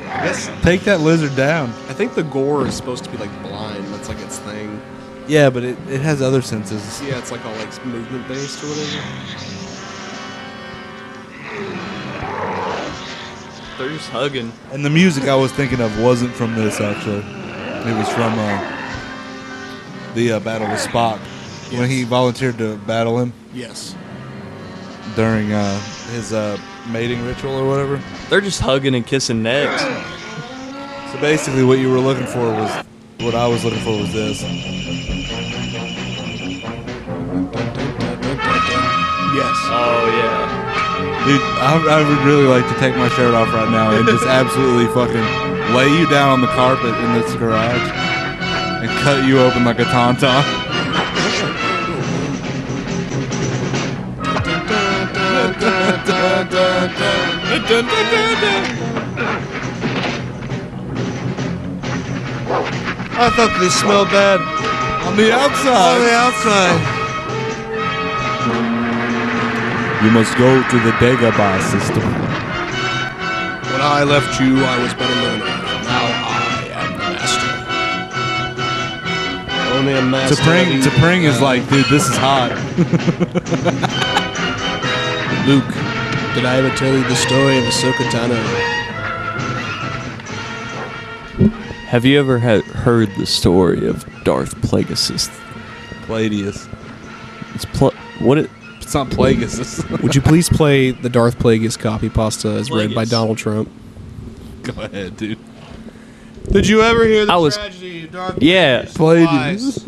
I guess
Take that lizard down.
I think the gore is supposed to be like blind. That's like its thing.
Yeah, but it, it has other senses.
Yeah, it's like all like movement based or whatever.
They're just hugging.
And the music I was thinking of wasn't from this actually. It was from uh, the uh, Battle with Spock when he volunteered to battle him
Yes.
during uh, his uh, mating ritual or whatever.
They're just hugging and kissing necks.
So basically, what you were looking for was what I was looking for was this.
Yes.
Oh yeah.
Dude, I, I would really like to take my shirt off right now and just absolutely fucking lay you down on the carpet in this garage and cut you open like a tauntaun. I thought they smelled bad on the outside. On the outside. You must go to the Dagobah system.
When I left you, I was but a loner. Now I am the master. Only a master.
To pring,
of
to
evil.
pring is like, dude, this is hot.
Luke. Did I ever tell you the story of Ahsoka Tano?
Have you ever had, heard the story of Darth Plagueis?
Plagueis.
It's pl- what it
It's not Plagueis.
Would you please play the Darth Plagueis copy pasta as read by
Plagueis.
Donald Trump?
Go ahead, dude.
Did you ever hear the
I was-
tragedy of Darth
yeah
Plagueis?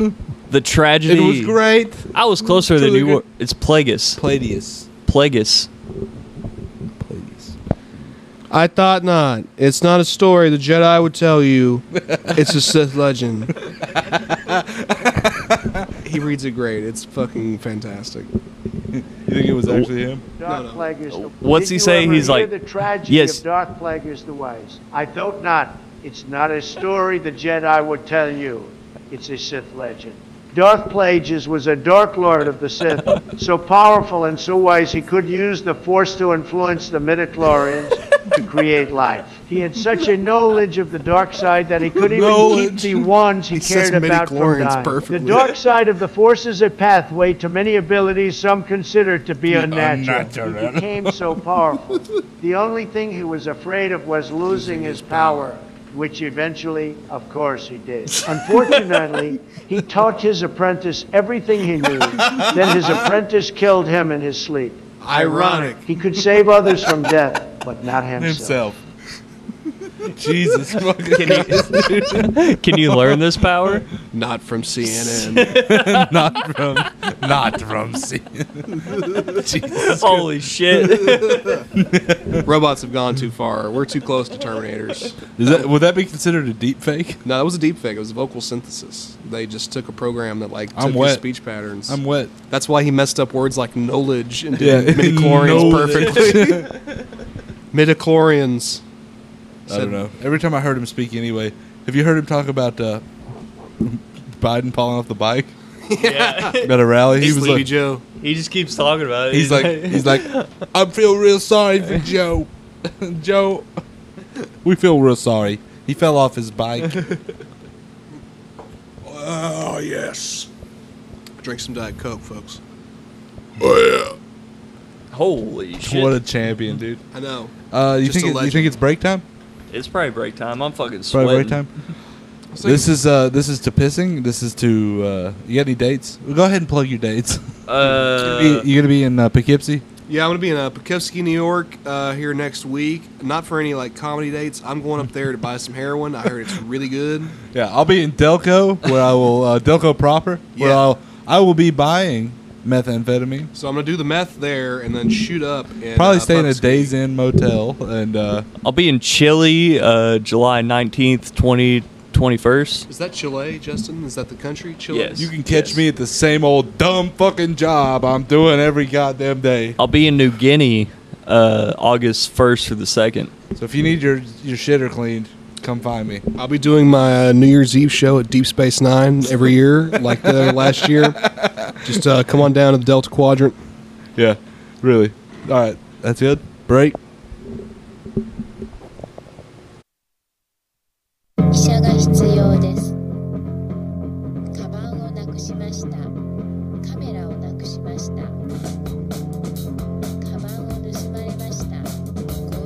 the
It
tragedy.
was great.
I was closer
To
than
the
you
good-
were. It's Plagueis.
Plagueis.
Plagueis.
Plagueis.
I thought not. It's not a story the Jedi would tell you. It's a Sith legend. he reads it great. It's fucking fantastic.
You think it was actually him?
Darth
No, no.
Plagueis the
What's
Did
he
you
say?
ever
He's
hear
like,
the tragedy
yes.
of Darth Plagueis the Wise. I thought not. It's not a story the Jedi would tell you. It's a Sith legend. Darth Plagueis was a Dark Lord of the Sith, so powerful and so wise he could use the Force to influence the midichlorians to create life. He had such a knowledge of the dark side that he couldn't even keep
Knowledge.
the wands he,
He says
cared about from
midichlorians
dying.
perfectly.
The dark side of the Force is a pathway to many abilities some consider to be unnatural. He became so powerful. the only thing he was afraid of was losing his power, which eventually, of course, he did. Unfortunately, he taught his apprentice everything he knew. then his apprentice killed him in his sleep.
Ironic.
He could save others from death, but not himself.
Himself. Jesus fucking
Can you learn this power?
Not from CNN.
not from not from C.
Holy shit!
Robots have gone too far. We're too close to Terminators.
Is that would that be considered a deep fake?
No, that was a deep fake. It was vocal synthesis. They just took a program that like took
I'm
his
wet.
speech patterns.
I'm wet.
That's why he messed up words like knowledge and
Yeah,
did midichlorians
knowledge.
perfectly. midichlorians.
I don't know. Every time I heard him speak anyway. Have you heard him talk about uh, Biden falling off the bike
yeah.
at a rally?
He
He was like
Joe.
He just keeps talking about it.
He's like, he's like, I feel real sorry for Joe. Joe, we feel real sorry. He fell off his bike.
Oh yes. Drink some Diet Coke, folks.
holy shit!
What a champion, dude.
I know.
Uh, you
Just
think
a
it, you
legend.
think it's break time?
it's probably break time. I'm fucking sweating.
Probably break time. This is uh, this is to pissing. This is to uh, you got any dates? Well, go ahead and plug your dates.
Uh,
you, you gonna be in uh, Poughkeepsie?
Yeah, I'm gonna be in uh, Poughkeepsie, New York, uh, here next week. Not for any like comedy dates. I'm going up there to buy some heroin. I heard it's really good.
Yeah, I'll be in Delco where I will uh, Delco proper where
Yeah.
I'll I will be buying methamphetamine.
So I'm gonna do the meth there and then shoot up. And,
Probably
uh,
stay in a
Poughkeepsie.
Days Inn motel and uh,
I'll be in Chile, uh, July 19th, 20, 21st.
Is that Chile, Justin? Is that the country? Chile.
Yes.
You can catch
Yes.
me at the same old dumb fucking job I'm doing every goddamn day.
I'll be in New Guinea, uh, August 1st through the 2nd.
So if you need your your shitter cleaned, come find me.
I'll be doing my uh, New Year's Eve show at Deep Space Nine every year, like the last year. Just uh, come on down to the Delta Quadrant.
Yeah, really. All right, that's it. Break.
汽車が必要ですカバンをなくしましたカメラをなくしましたカバンを盗まれました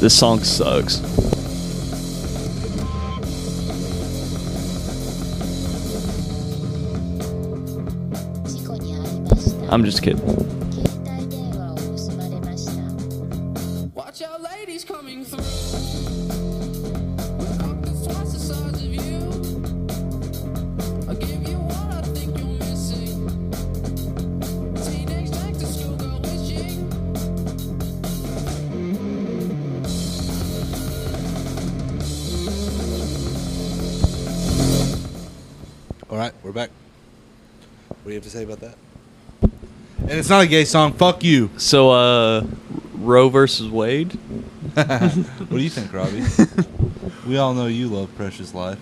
This song sucks. I'm just kidding.
携帯電話を盗まれました
Watch out, ladies coming through. Without the twice the size of you. I give you what I think you're missing. Teenage back to school girl wishing.
All right, we're back. What do you have to say about that? And it's not a gay song. Fuck you.
So, uh, Roe versus Wade.
What do you think, Robbie? we all know you love Precious Life.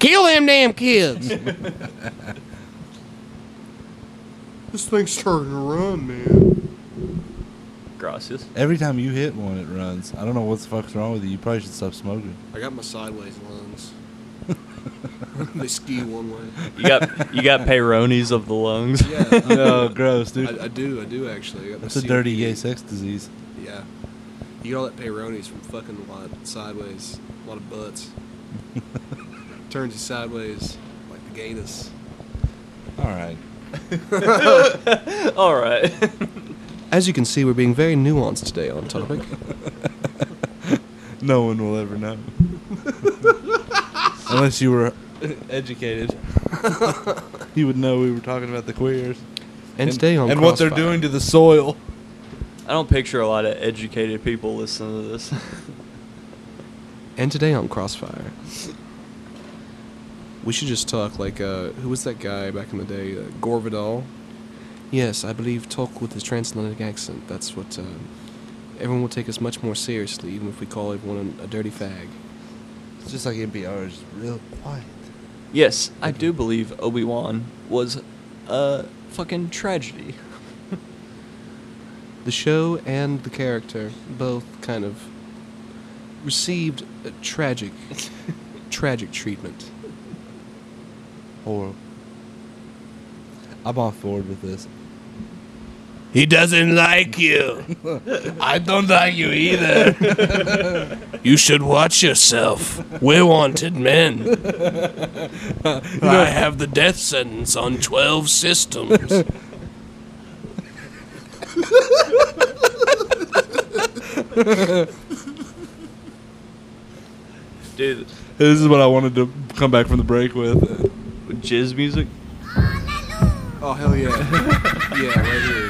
Kill them damn kids. this thing's turning around, man.
Gracias.
Every time you hit one, it runs. I don't know what the fuck's wrong with you. You probably should stop smoking.
I got my sideways lungs. they ski one way.
You got you got Peyronie's of the lungs.
Yeah,
no, gross, dude.
I, I do. I do actually. I got my
That's a dirty
COPD.
gay sex disease.
Yeah. You get all that peyronie's from fucking a lot sideways, a lot of butts. Turns you sideways, like the gayness.
All right.
All right.
As you can see, we're being very nuanced today on topic.
No one will ever know. Unless you were educated. you would know we were talking about the queers.
and today on
And what they're
Crossfire.
doing to the soil.
I don't picture a lot of educated people listening to this.
And today on Crossfire, we should just talk like uh, who was that guy back in the day? Uh, Gore Vidal. Yes, I believe talk with his transatlantic accent. That's what uh, everyone will take us much more seriously, even if we call everyone a dirty fag.
It's just like NPR is real quiet.
yes, I do believe Obi Wan was a fucking tragedy.
the show and the character both kind of received a tragic, tragic treatment.
Horrible. I'm on board with this.
He doesn't like you. I don't like you either. you should watch yourself. We're wanted men. I have the death sentence on 12 systems.
Dude,
This is what I wanted to come back from the break with.
jizz music.
Oh, hell yeah. yeah, right here.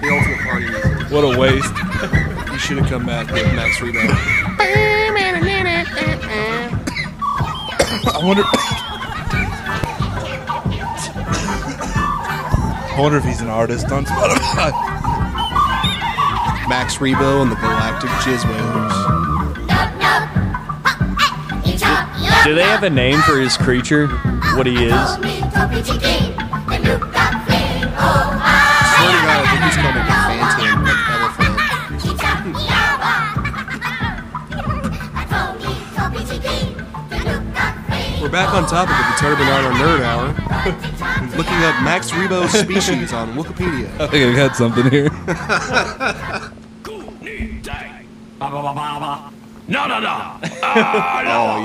the ultimate party music.
What a waste.
You should have come back with Max Rebo.
I wonder. I wonder if he's an artist on Spotify.
Max Rebo and the Galactic Jizz Whalers.
Oh,
Do they have a name for his creature? What he is?
Swear to God, I think he's called like a phantom, like elephant. We're back on topic of the Turtle Banana Nerd Hour, looking up Max Rebo's species on
I
Wikipedia.
think I got something here.
Oh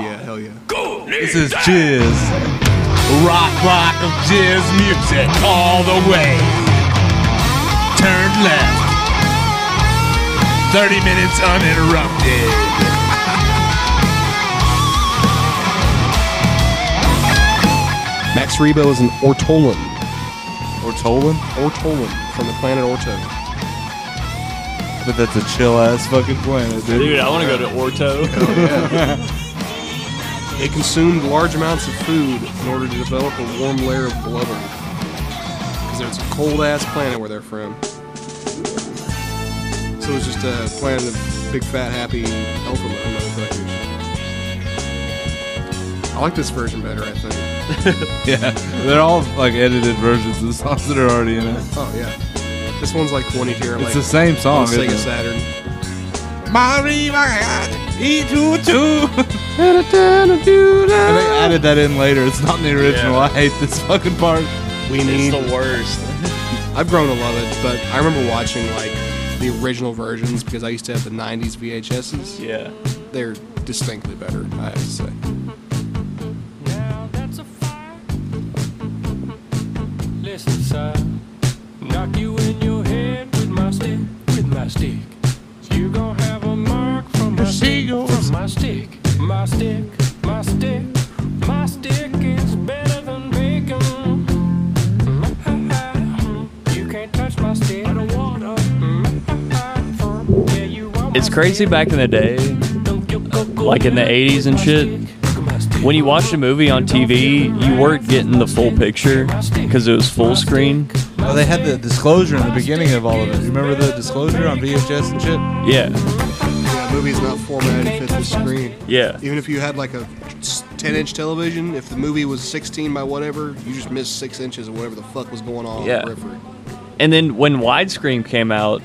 yeah, hell yeah.
This is Jizz.
Rock, rock of jizz music all the way. Turn left. 30 minutes uninterrupted.
Max Rebo is an Ortolan,
Or Tolan?
Ortolan from the planet Orto.
But that's a chill ass fucking planet, dude.
Dude, I want to go to Orto.
It consumed large amounts of food in order to develop a warm layer of blubber, because it's a cold ass planet where they're from. So it's just a planet of big fat happy elephant motherfuckers. I like this version better, I think.
Yeah, they're all like edited versions of the songs that are already in it.
Oh yeah. This one's like 20 here. I'm
It's
like,
the same
on
song.
Sega
Isn't it?
Saturn.
Mari, Mari, E two two. And they added that in later. It's not in the original.
Yeah.
I hate this fucking part.
We
It's
need.
the worst.
I've grown to love it, but I remember watching like the original versions because I used to have the 90s VHSs.
Yeah.
They're distinctly better, I have to say.
Now that's a fire. Listen, son. Knock you in your head with my stick, with my stick. You gon' have a mark from my stick, from my stick, my stick, my stick. My stick is better than bacon. You can't touch my stick. Mm-hmm. I don't wanna. Yeah, you want my
It's crazy
stick.
back in the day, like in the 80s and shit. When you watched a movie on TV, you weren't getting the full picture because it was full screen.
Oh, they had the disclosure in the beginning of all of it. You remember the disclosure on VHS and shit?
Yeah,
Yeah, movie's not formatted to fit the screen.
yeah,
Even if you had like a 10 inch television, if the movie was 16 by whatever, you just missed six inches of whatever the fuck was going on
Yeah.
on the periphery.
And then when widescreen came out,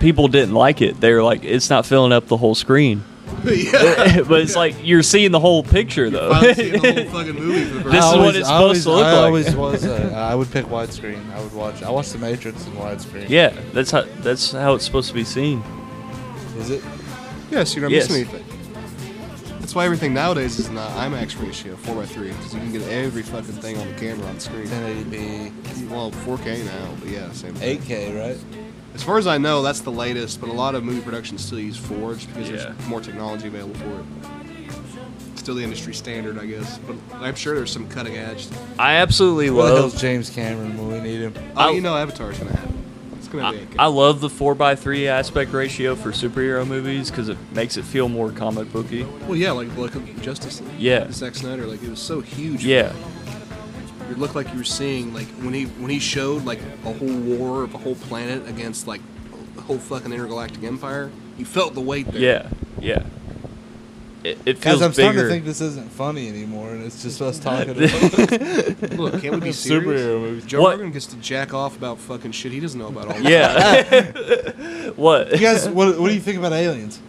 people didn't like it. They were like, "It's not filling up the whole screen."
yeah.
but it's like you're seeing the whole picture though.
Finally seeing the whole fucking movie for the first
This is
I
what
always-
it's
I
supposed
always-
to look
I
like.
always was. Uh, I would pick widescreen. I would watch. I watched The Matrix in widescreen.
yeah, that's how that's how it's supposed to be seen.
Is it?
Yes, you're not
Yes.
missing anything. That's why everything nowadays is not IMAX ratio, 4x3, because you can get every fucking thing on the camera on the screen.
1080p,
Well, 4K now, but yeah, same thing.
8K, right?
As far as I know, that's the latest, but a lot of movie productions still use 4 just because
Yeah.
there's more technology available for it. Still the industry standard, I guess, but I'm sure there's some cutting edge.
I absolutely
Where the
love
hell's James Cameron when we need him?
Oh,
I-
you know Avatar's gonna happen. It's gonna
I,
be
I love the 4x3 aspect ratio for superhero movies because it makes it feel more comic booky.
Well, yeah, like look at Justice League.
Yeah.
Zack Snyder, like it was so huge.
Yeah,
It looked like you were seeing like when he when he showed like a whole war of a whole planet against like a whole fucking intergalactic empire. You felt the weight there.
yeah, yeah. It, it feels
Guys, I'm starting to
bigger.
think this isn't funny anymore, and it's just us talking about
Look, can't we be serious?
superhero movies.
Joe
What-
Rogan gets to jack off about fucking shit he doesn't know about. All the
yeah. what?
You guys, what, what do you think about aliens?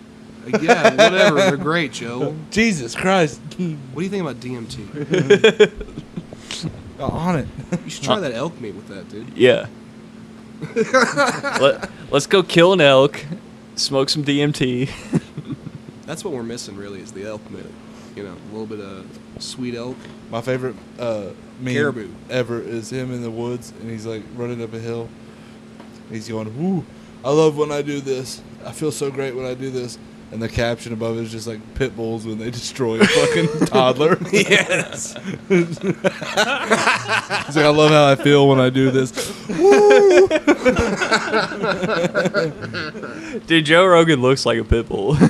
time. yeah, whatever. They're great, Joe.
Jesus Christ,
What do you think about DMT?
on it.
You should try that elk meat with that, dude.
Yeah. Let, let's go kill an elk, smoke some DMT.
That's what we're missing, really, is the elk meat. You know, a little bit of sweet elk.
My favorite uh, meme
Caribou.
ever is him in the woods, and he's like running up a hill. He's going, "Woo! I love when I do this. I feel so great when I do this." And the caption above is just like pit bulls when they destroy a fucking toddler. yes. he's like, "I love how I feel when I do this."
Dude, Joe Rogan looks like a pit bull.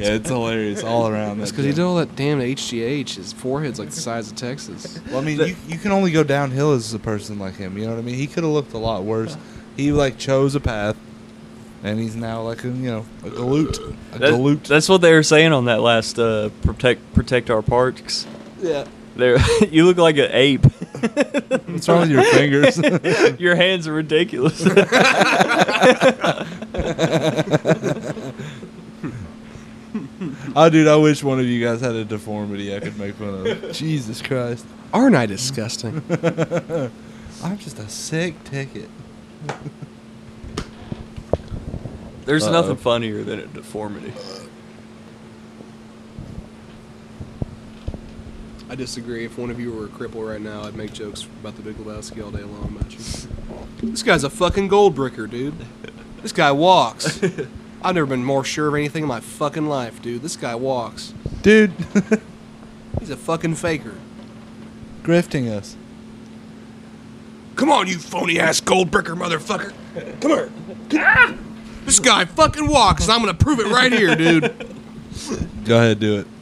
Yeah, it's hilarious all around.
That's because he did all that damn HGH. His forehead's like the size of Texas.
Well, I mean, you, you can only go downhill as a person like him. You know what I mean? He could have looked a lot worse. He like chose a path, and he's now like a you know a galoot, a
That-
galoot.
that's what they were saying on that last uh, protect protect our parks.
yeah.
There, you look like an ape.
What's wrong with your fingers?
Your hands are ridiculous.
oh, dude, I wish one of you guys had a deformity I could make fun of. Jesus Christ,
Aren't I disgusting?
I'm just a sick ticket.
There's
Uh-oh.
nothing funnier than a deformity.
I disagree. If one of you were a cripple right now, I'd make jokes about the Big Lebowski all day long about you. This guy's a fucking gold bricker, dude. This guy walks. I've never been more sure of anything in my fucking life, dude. This guy walks.
Dude,
He's a fucking faker.
grifting us.
Come on, you phony ass gold bricker motherfucker. Come here. This guy fucking walks. and I'm gonna prove it right here, dude.
Go ahead, do it.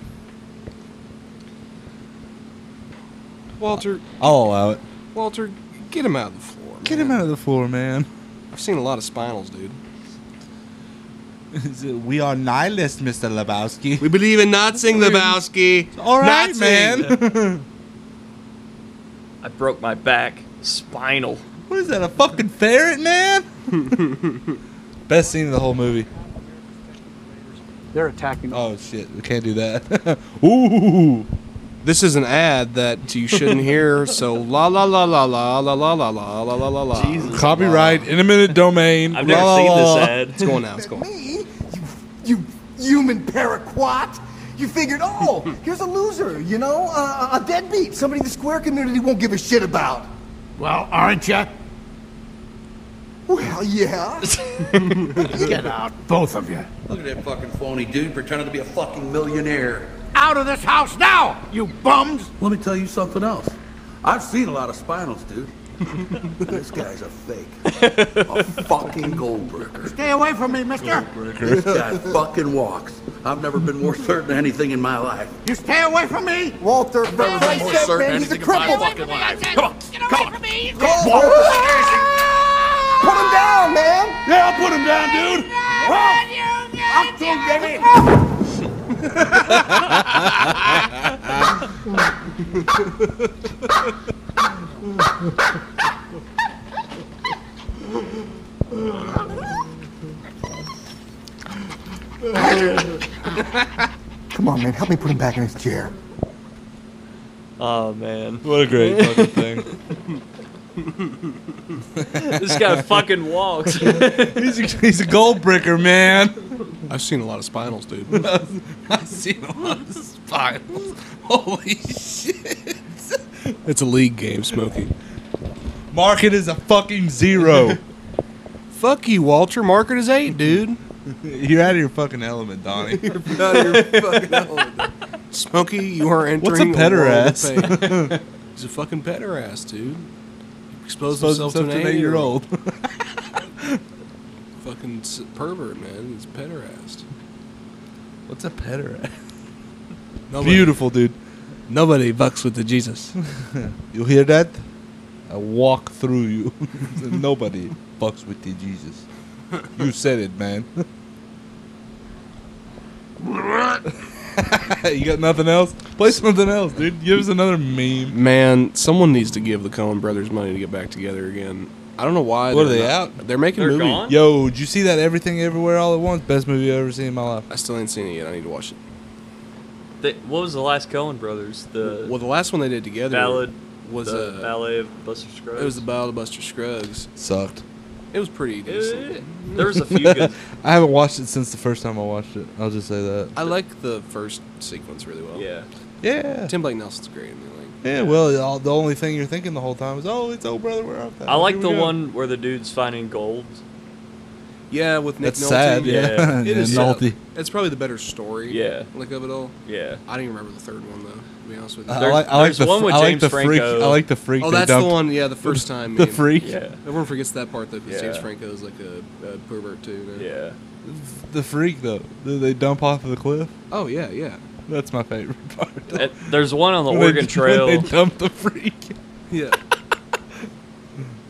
Walter,
I'll allow it.
Walter, get him out of the floor.
Get him out of the floor, man.
I've seen a lot of spinals, dude.
we are nihilists, Mr. Lebowski.
We believe in Natsing Lebowski.
All right,
Nazi.
man.
I broke my back, spinal.
What is that, a fucking ferret, man? Best scene of the whole movie.
They're attacking.
Oh, shit. We can't do that. Ooh.
This is an ad that you shouldn't hear. So la la la la la la la la la la la la la. Jesus.
Copyright, intimate domain.
I've never seen this ad.
It's going out.
It's going.
You human paraquat! You figured, oh, here's a loser, you know, uh, a deadbeat, somebody the square community won't give a shit about.
Well, aren't ya?
Well, yeah.
Get out, both of you.
Look at that fucking phony dude pretending to be a fucking millionaire.
Out of this house now, you bums!
Let me tell you something else. I've seen a lot of spinals, dude. And this guy's a fake. A fucking Goldberger.
Stay away from me, mister!
This guy fucking walks. I've never been more certain of anything in my life.
You stay away from me!
Walter, for
Stay away
Christ's sake,
from me.
man, he's a cripple.
Come on, get away from me! you
Go,
Walter.
Put him down, man!
Yeah, I'll put him down, dude.
Up to him,
Come on, man, help me put him back in his chair.
Oh man.
What a great fucking thing.
this guy fucking walks.
he's, a, he's a gold bricker, man.
I've seen a lot of spinals, dude.
I've seen a lot of spinals. Holy shit.
It's a league game, Smokey.
Market is a fucking zero.
Fuck you, Walter. Market is eight, dude.
You're out of your fucking element, Donnie.
Smokey, you are entering.
What's a
world of
pederast?
pain. He's a fucking pederast, dude.
Exposed
Exposed himself to an eight-year-old. fucking s- pervert, man. He's a pederast.
What's a pederast?
Nobody-
Beautiful, dude.
Nobody bucks with the Jesus.
You hear that? I walk through you. Nobody fucks with the Jesus. You said it, man. you got nothing else? Play something else, dude. Give us another meme.
Man, someone needs to give the Coen Brothers money to get back together again. I don't know why.
What are
they're
they
not-
out?
They're making
They're
movies.
gone?
Yo, did you see that Everything Everywhere All at Once? Best movie I've ever seen in my life.
I still ain't seen it yet. I need to watch it.
They, what was the last Cohen Brothers? The
Well, the last one they did together
ballad
was
the
uh,
ballet of Buster Scruggs.
It was the Battle of Buster Scruggs.
Sucked.
It was pretty decent.
there was a few good.
I haven't watched it since the first time I watched it. I'll just say that.
I like the first sequence really well.
Yeah.
Yeah.
Tim Blake Nelson's great. I mean, like,
Yeah, well, all, the only thing you're thinking the whole time is, oh, it's Oh Brother, Where Art Thou?
I like
Here
the
we go.
one where the dude's finding gold.
yeah, with Nick
That's
Nolte.
sad, yeah. Yeah.
it is
Yeah,
sad.
Nolte.
It's probably the better story.
Yeah.
like of it all.
Yeah.
I don't even remember the third one though. To be honest with you,
I like, I like
there's
the
one with
I like
James
the freak.
Franco.
I like the freak.
Oh,
they
that's
dumped.
the one. Yeah, the first time.
The
man.
freak.
Yeah.
Everyone forgets that part though, because
Yeah.
James Franco's like a, a pervert too. Man.
Yeah.
The freak though. Did they dump off of the cliff?
Oh yeah, yeah,
That's my favorite part.
Uh, There's one on the
When they-
Oregon Trail.
When they dumped the freak.
yeah.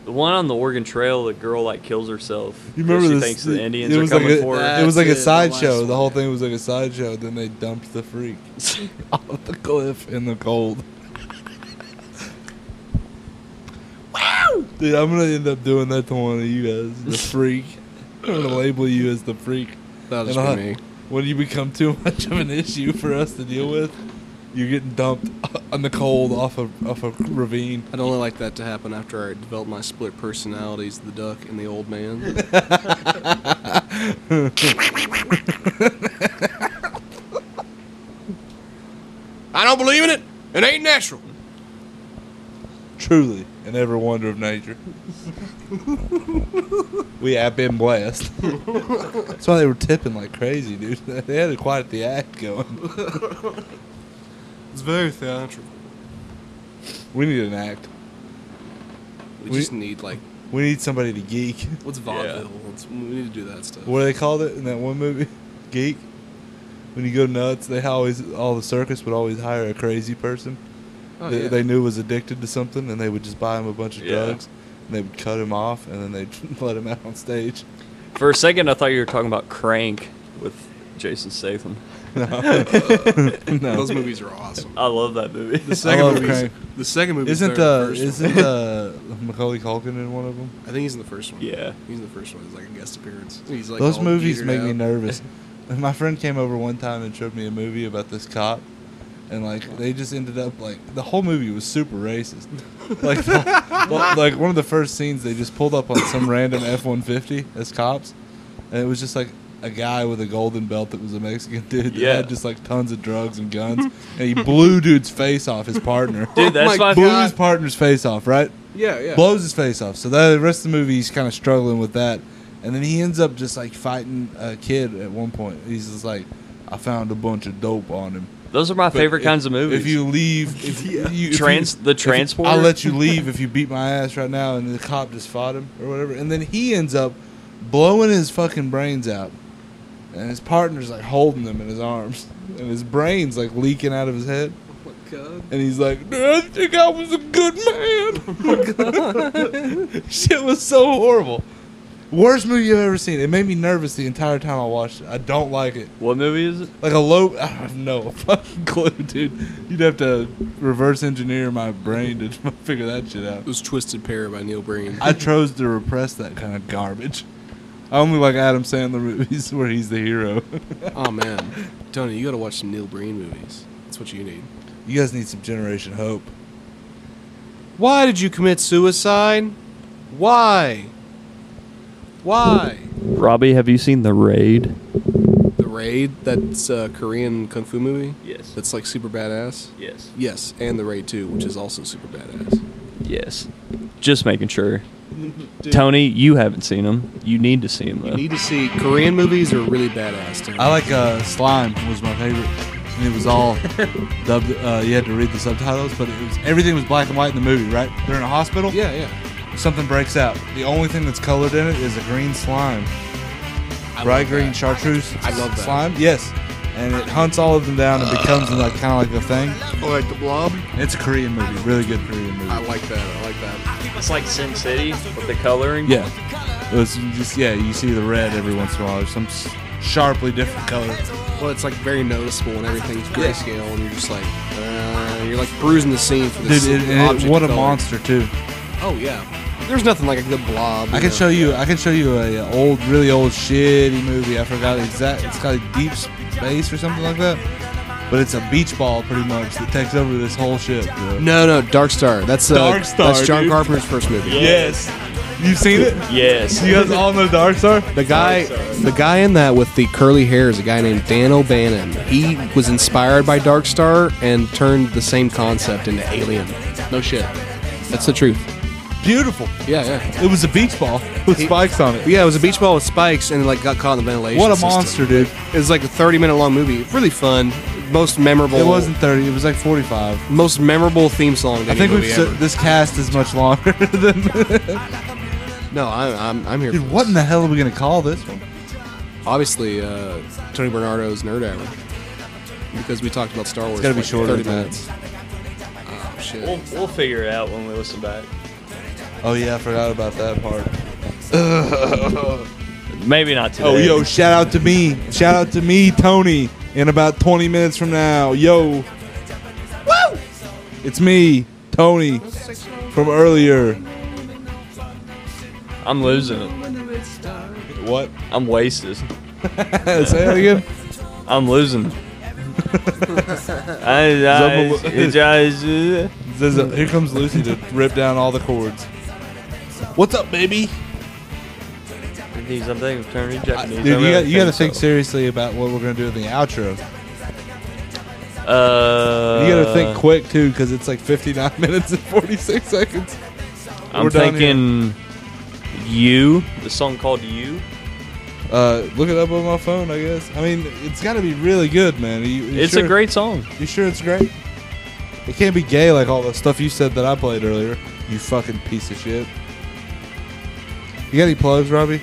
The one on the Oregon Trail, the girl like kills herself.
You
'cause
remember
she
this?
thinks the Indians
it
are
was like
coming
a,
for her.
It was like a
That's it, the
sideshow.
last
The whole thing was like a sideshow. Then they dumped the freak off the cliff in the cold. wow! Dude, I'm gonna end up doing that to one of you guys. The freak. I'm gonna label you as the freak.
That'll
And
just
I'll-
be me.
When you become too much of an issue for us to deal with, you're getting dumped on the cold off of off a ravine.
I'd only like that to happen after I developed my split personalities, the duck and the old man. I don't believe in it. It ain't natural.
Truly, in every wonder of nature. we have been blessed. That's why they were tipping like crazy, dude. They had it quite the act going.
It's very theatrical.
We need an act.
We,
We-
just need like
We need somebody to geek.
what's vaudeville? It's- we need to do that stuff.
What do they called it in that one movie? Geek. When you go nuts, they always all the circus would always hire a crazy person
Oh,
that
yeah.
they knew was addicted to something, and they would just buy him a bunch of
Yeah.
drugs, and they would cut him off, and then they'd let him out on stage.
For a second, I thought you were talking about Crank with Jason Statham.
Those movies are awesome.
I love that movie.
The second
love
movie.
Crank.
The second movie.
Isn't
the
uh
first
isn't
one.
uh Macaulay Culkin in one of them?
I think he's in the first one.
Yeah.
he's in the first one. He's like a guest appearance. He's like
Those
all
movies
geetered
make me
out.
nervous. My friend came over one time and showed me a movie about this cop and like they just ended up like the whole movie was super racist. Like, the- the- like one of the first scenes, they just pulled up on some random F one fifty as cops, and it was just like a guy with a golden belt that was a Mexican dude that
Yeah.
had just like tons of drugs and guns, and he blew dude's face off his partner.
Dude, that's Oh my my
blew
God.
his partner's face off, right?
Yeah, yeah.
Blows his face off. So the rest of the movie, he's kind of struggling with that, and then he ends up just like fighting a kid at one point. He's just like, "I found a bunch of dope on him."
Those are my
But
favorite
if-
kinds of movies.
If you leave, if you, if
Trans-
you-
the
if you-
transport?
I'll let you leave if you beat my ass right now. And the cop just fought him or whatever, and then he ends up blowing his fucking brains out, and his partner's like holding him in his arms, and his brains like leaking out of his head. Oh my god! And he's like, I think I was a good man. Shit was so horrible. Worst movie I've ever seen. It made me nervous the entire time I watched it. I don't like it.
What movie is it?
Like a low. I have no fucking clue, dude. You'd have to reverse engineer my brain to figure that shit out. It
was Twisted Pair by Neil Breen.
I chose to repress that kind of garbage. I only like Adam Sandler movies where he's the hero.
oh man, Tony, you gotta watch some Neil Breen movies. That's what you need.
You guys need some Generation Hope.
Why did you commit suicide? Why? Why?
Robbie, have you seen The Raid?
The Raid, that's a Korean kung fu movie?
Yes.
That's like super badass?
Yes.
Yes, and The Raid 2, which is also super badass.
Yes. Just making sure.
Dude.
Tony, you haven't seen him. You need to see him though.
You need to see Korean movies are really badass. Tony.
I like uh, Slime was my favorite, and it was all dubbed. Uh, you had to read the subtitles, but it was everything was black and white in the movie, right? They're in a hospital.
Yeah, yeah.
Something breaks out. The only thing that's colored in it is a green slime. Bright green chartreuse.
I love that.
slime. Yes, and it hunts all of them down and becomes like kind of like a thing.
Oh, like the blob.
It's a Korean movie, really good Korean movie.
I like that. I like that.
It's like Sin City with the coloring.
Yeah, it was just yeah. You see the red every once in a while. There's some s- sharply different color.
Well, it's like very noticeable and everything's grayscale, and you're just like, uh, you're like bruising the scene for
Dude,
this
it, and
object.
it, what a
color.
monster too.
Oh yeah. There's nothing like a good blob.
I can
know.
show you. uh, I can show you a, a old, really old, shitty movie. I forgot exact. It's called Deep Space or something like that. But it's a beach ball, pretty much, that takes over this whole ship. bro.
No, no, Dark Star. That's uh,
Dark Star,
That's John
dude.
Carpenter's first movie.
Yes. You've seen it?
Yes.
You guys all know Dark Star?
The guy, the guy in that with the curly hair is a guy named Dan O'Bannon. He was inspired by Dark Star and turned the same concept into Alien. No shit. That's the truth.
Beautiful.
Yeah, yeah.
It was a beach ball with spikes on it.
Yeah, it was a beach ball with spikes and like got caught in the ventilation.
What a
system.
monster, dude.
It was like a 30 minute long movie. Really fun. Most memorable.
It wasn't 30, it was like 45.
Most memorable theme song. to
I
any
think
movie
we've
ever.
said this cast is much longer than.
No, I, I'm I'm here.
Dude, what in the hell are we gonna call this one?
Obviously, uh, Tony Bernardo's Nerd Hour. Because we talked about Star Wars.
It's gotta
for
be
like
shorter
30
than that.
minutes. Oh, shit.
We'll, we'll figure it out when we listen back.
Oh yeah, I forgot about that part.
Maybe not today.
Oh, yo, shout out to me. Shout out to me, Tony, in about 20 minutes from now. Yo. Woo! It's me, Tony, from earlier.
I'm losing it.
What?
I'm wasted.
Say it again.
I'm losing. I, I,
Zumba-
it's- I-
Ziz- Here comes Lucy to rip down all the chords. What's up, baby?
These, I'm thinking of turning Japanese.
Dude,
I'm
you,
really
got, you got to
thinking
think seriously about what we're going to do in the outro.
so. Uh,
you got to think quick, too, because it's like 59 minutes and 46 seconds.
I'm
We're done here.
thinking you. The song called you.
Uh, look it up on my phone, I guess. I mean, it's got to be really good, man. Are you- you
It's a
sure?
great song.
You sure it's great? It can't be gay like all the stuff you said that I played earlier. You fucking piece of shit. You got any plugs, Robbie?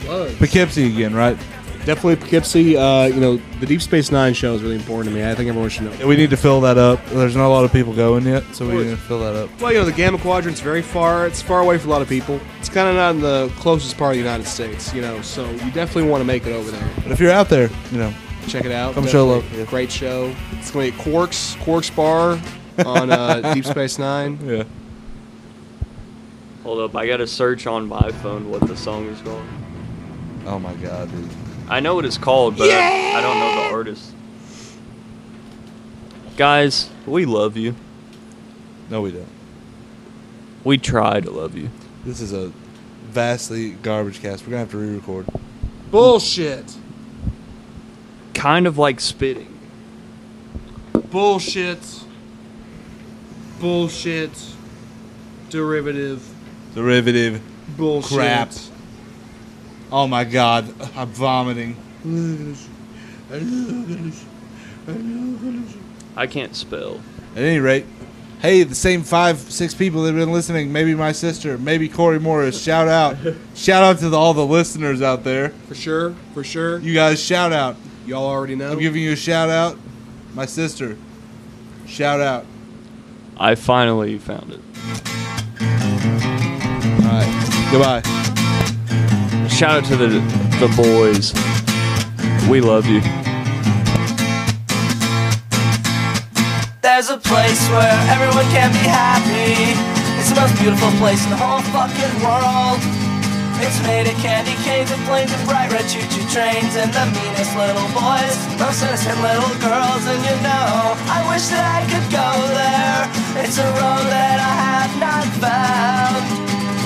Plugs.
Poughkeepsie again, right?
Definitely Poughkeepsie. Uh, you know, the Deep Space Nine show is really important to me. I think everyone should know.
We need to fill that up. There's not a lot of people going yet, so we
Of
need
course.
to fill that up.
Well, you know, the Gamma Quadrant's very far. It's far away for a lot of people. It's kind of not in the closest part of the United States, you know, so you definitely want to make it over there.
But if you're out there, you know,
Check it out.
Come show love.
Definitely. Great show. It's going to be at Quarks, Quarks Bar on uh, Deep Space Nine.
Yeah.
Hold up, I gotta search on my phone what the song is called.
Oh my god, dude.
I know what it's called, but I, I don't know the artist. Guys, we love you.
No, we don't.
We try to love you.
This is a vastly garbage cast. We're gonna have to re-record.
Bullshit.
Kind of like spitting.
Bullshit. Bullshit. Derivative.
Derivative.
Bullshit.
Crap. Oh my god, I'm vomiting.
I can't spell.
At any rate, hey, the same five, six people that have been listening. Maybe my sister. Maybe Corey Morris. Shout out. shout out to the, all the listeners out there.
For sure. For sure.
You guys, shout out.
Y'all already know.
I'm giving you a shout out. My sister. Shout out.
I finally found it.
All right. Goodbye.
Shout out to the the boys. We love you.
There's a place where everyone can be happy. It's the most beautiful place in the whole fucking world. It's made of candy canes and planes and bright red choo-choo trains and the meanest little boys, most innocent little girls, and you know I wish that I could go there. It's a road that I have not found,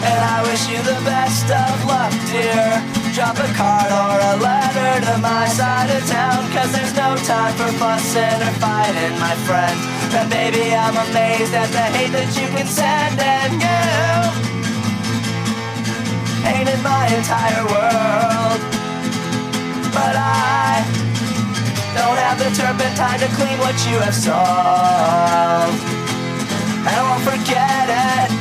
and I wish you the best of luck, dear. Drop a card or a letter to my side of town, cause there's no time for fussing or fighting, my friend. And baby, I'm amazed at the hate that you can send, and you painted my entire world. But I don't have the turpentine to clean what you have solved. And I won't forget it.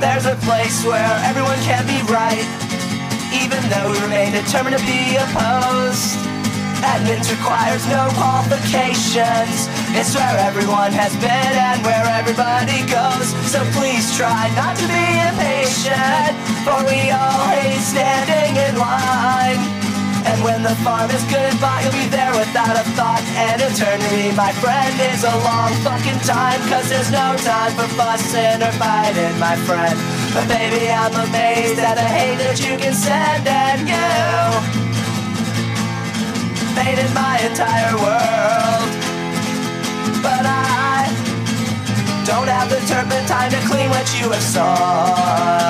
There's a place where everyone can be right, even though we remain determined to be opposed. Admins requires no qualifications. It's where everyone has been and where everybody goes. So please try not to be impatient, for we all hate standing in line. And when the farm is goodbye, you'll be there without a thought. And eternity, my friend, is a long fucking time. Cause there's no time for fussing or fighting, my friend. But baby, I'm amazed at the hate that you can send and you painted my entire world. But I don't have the turpentine to clean what you have sown.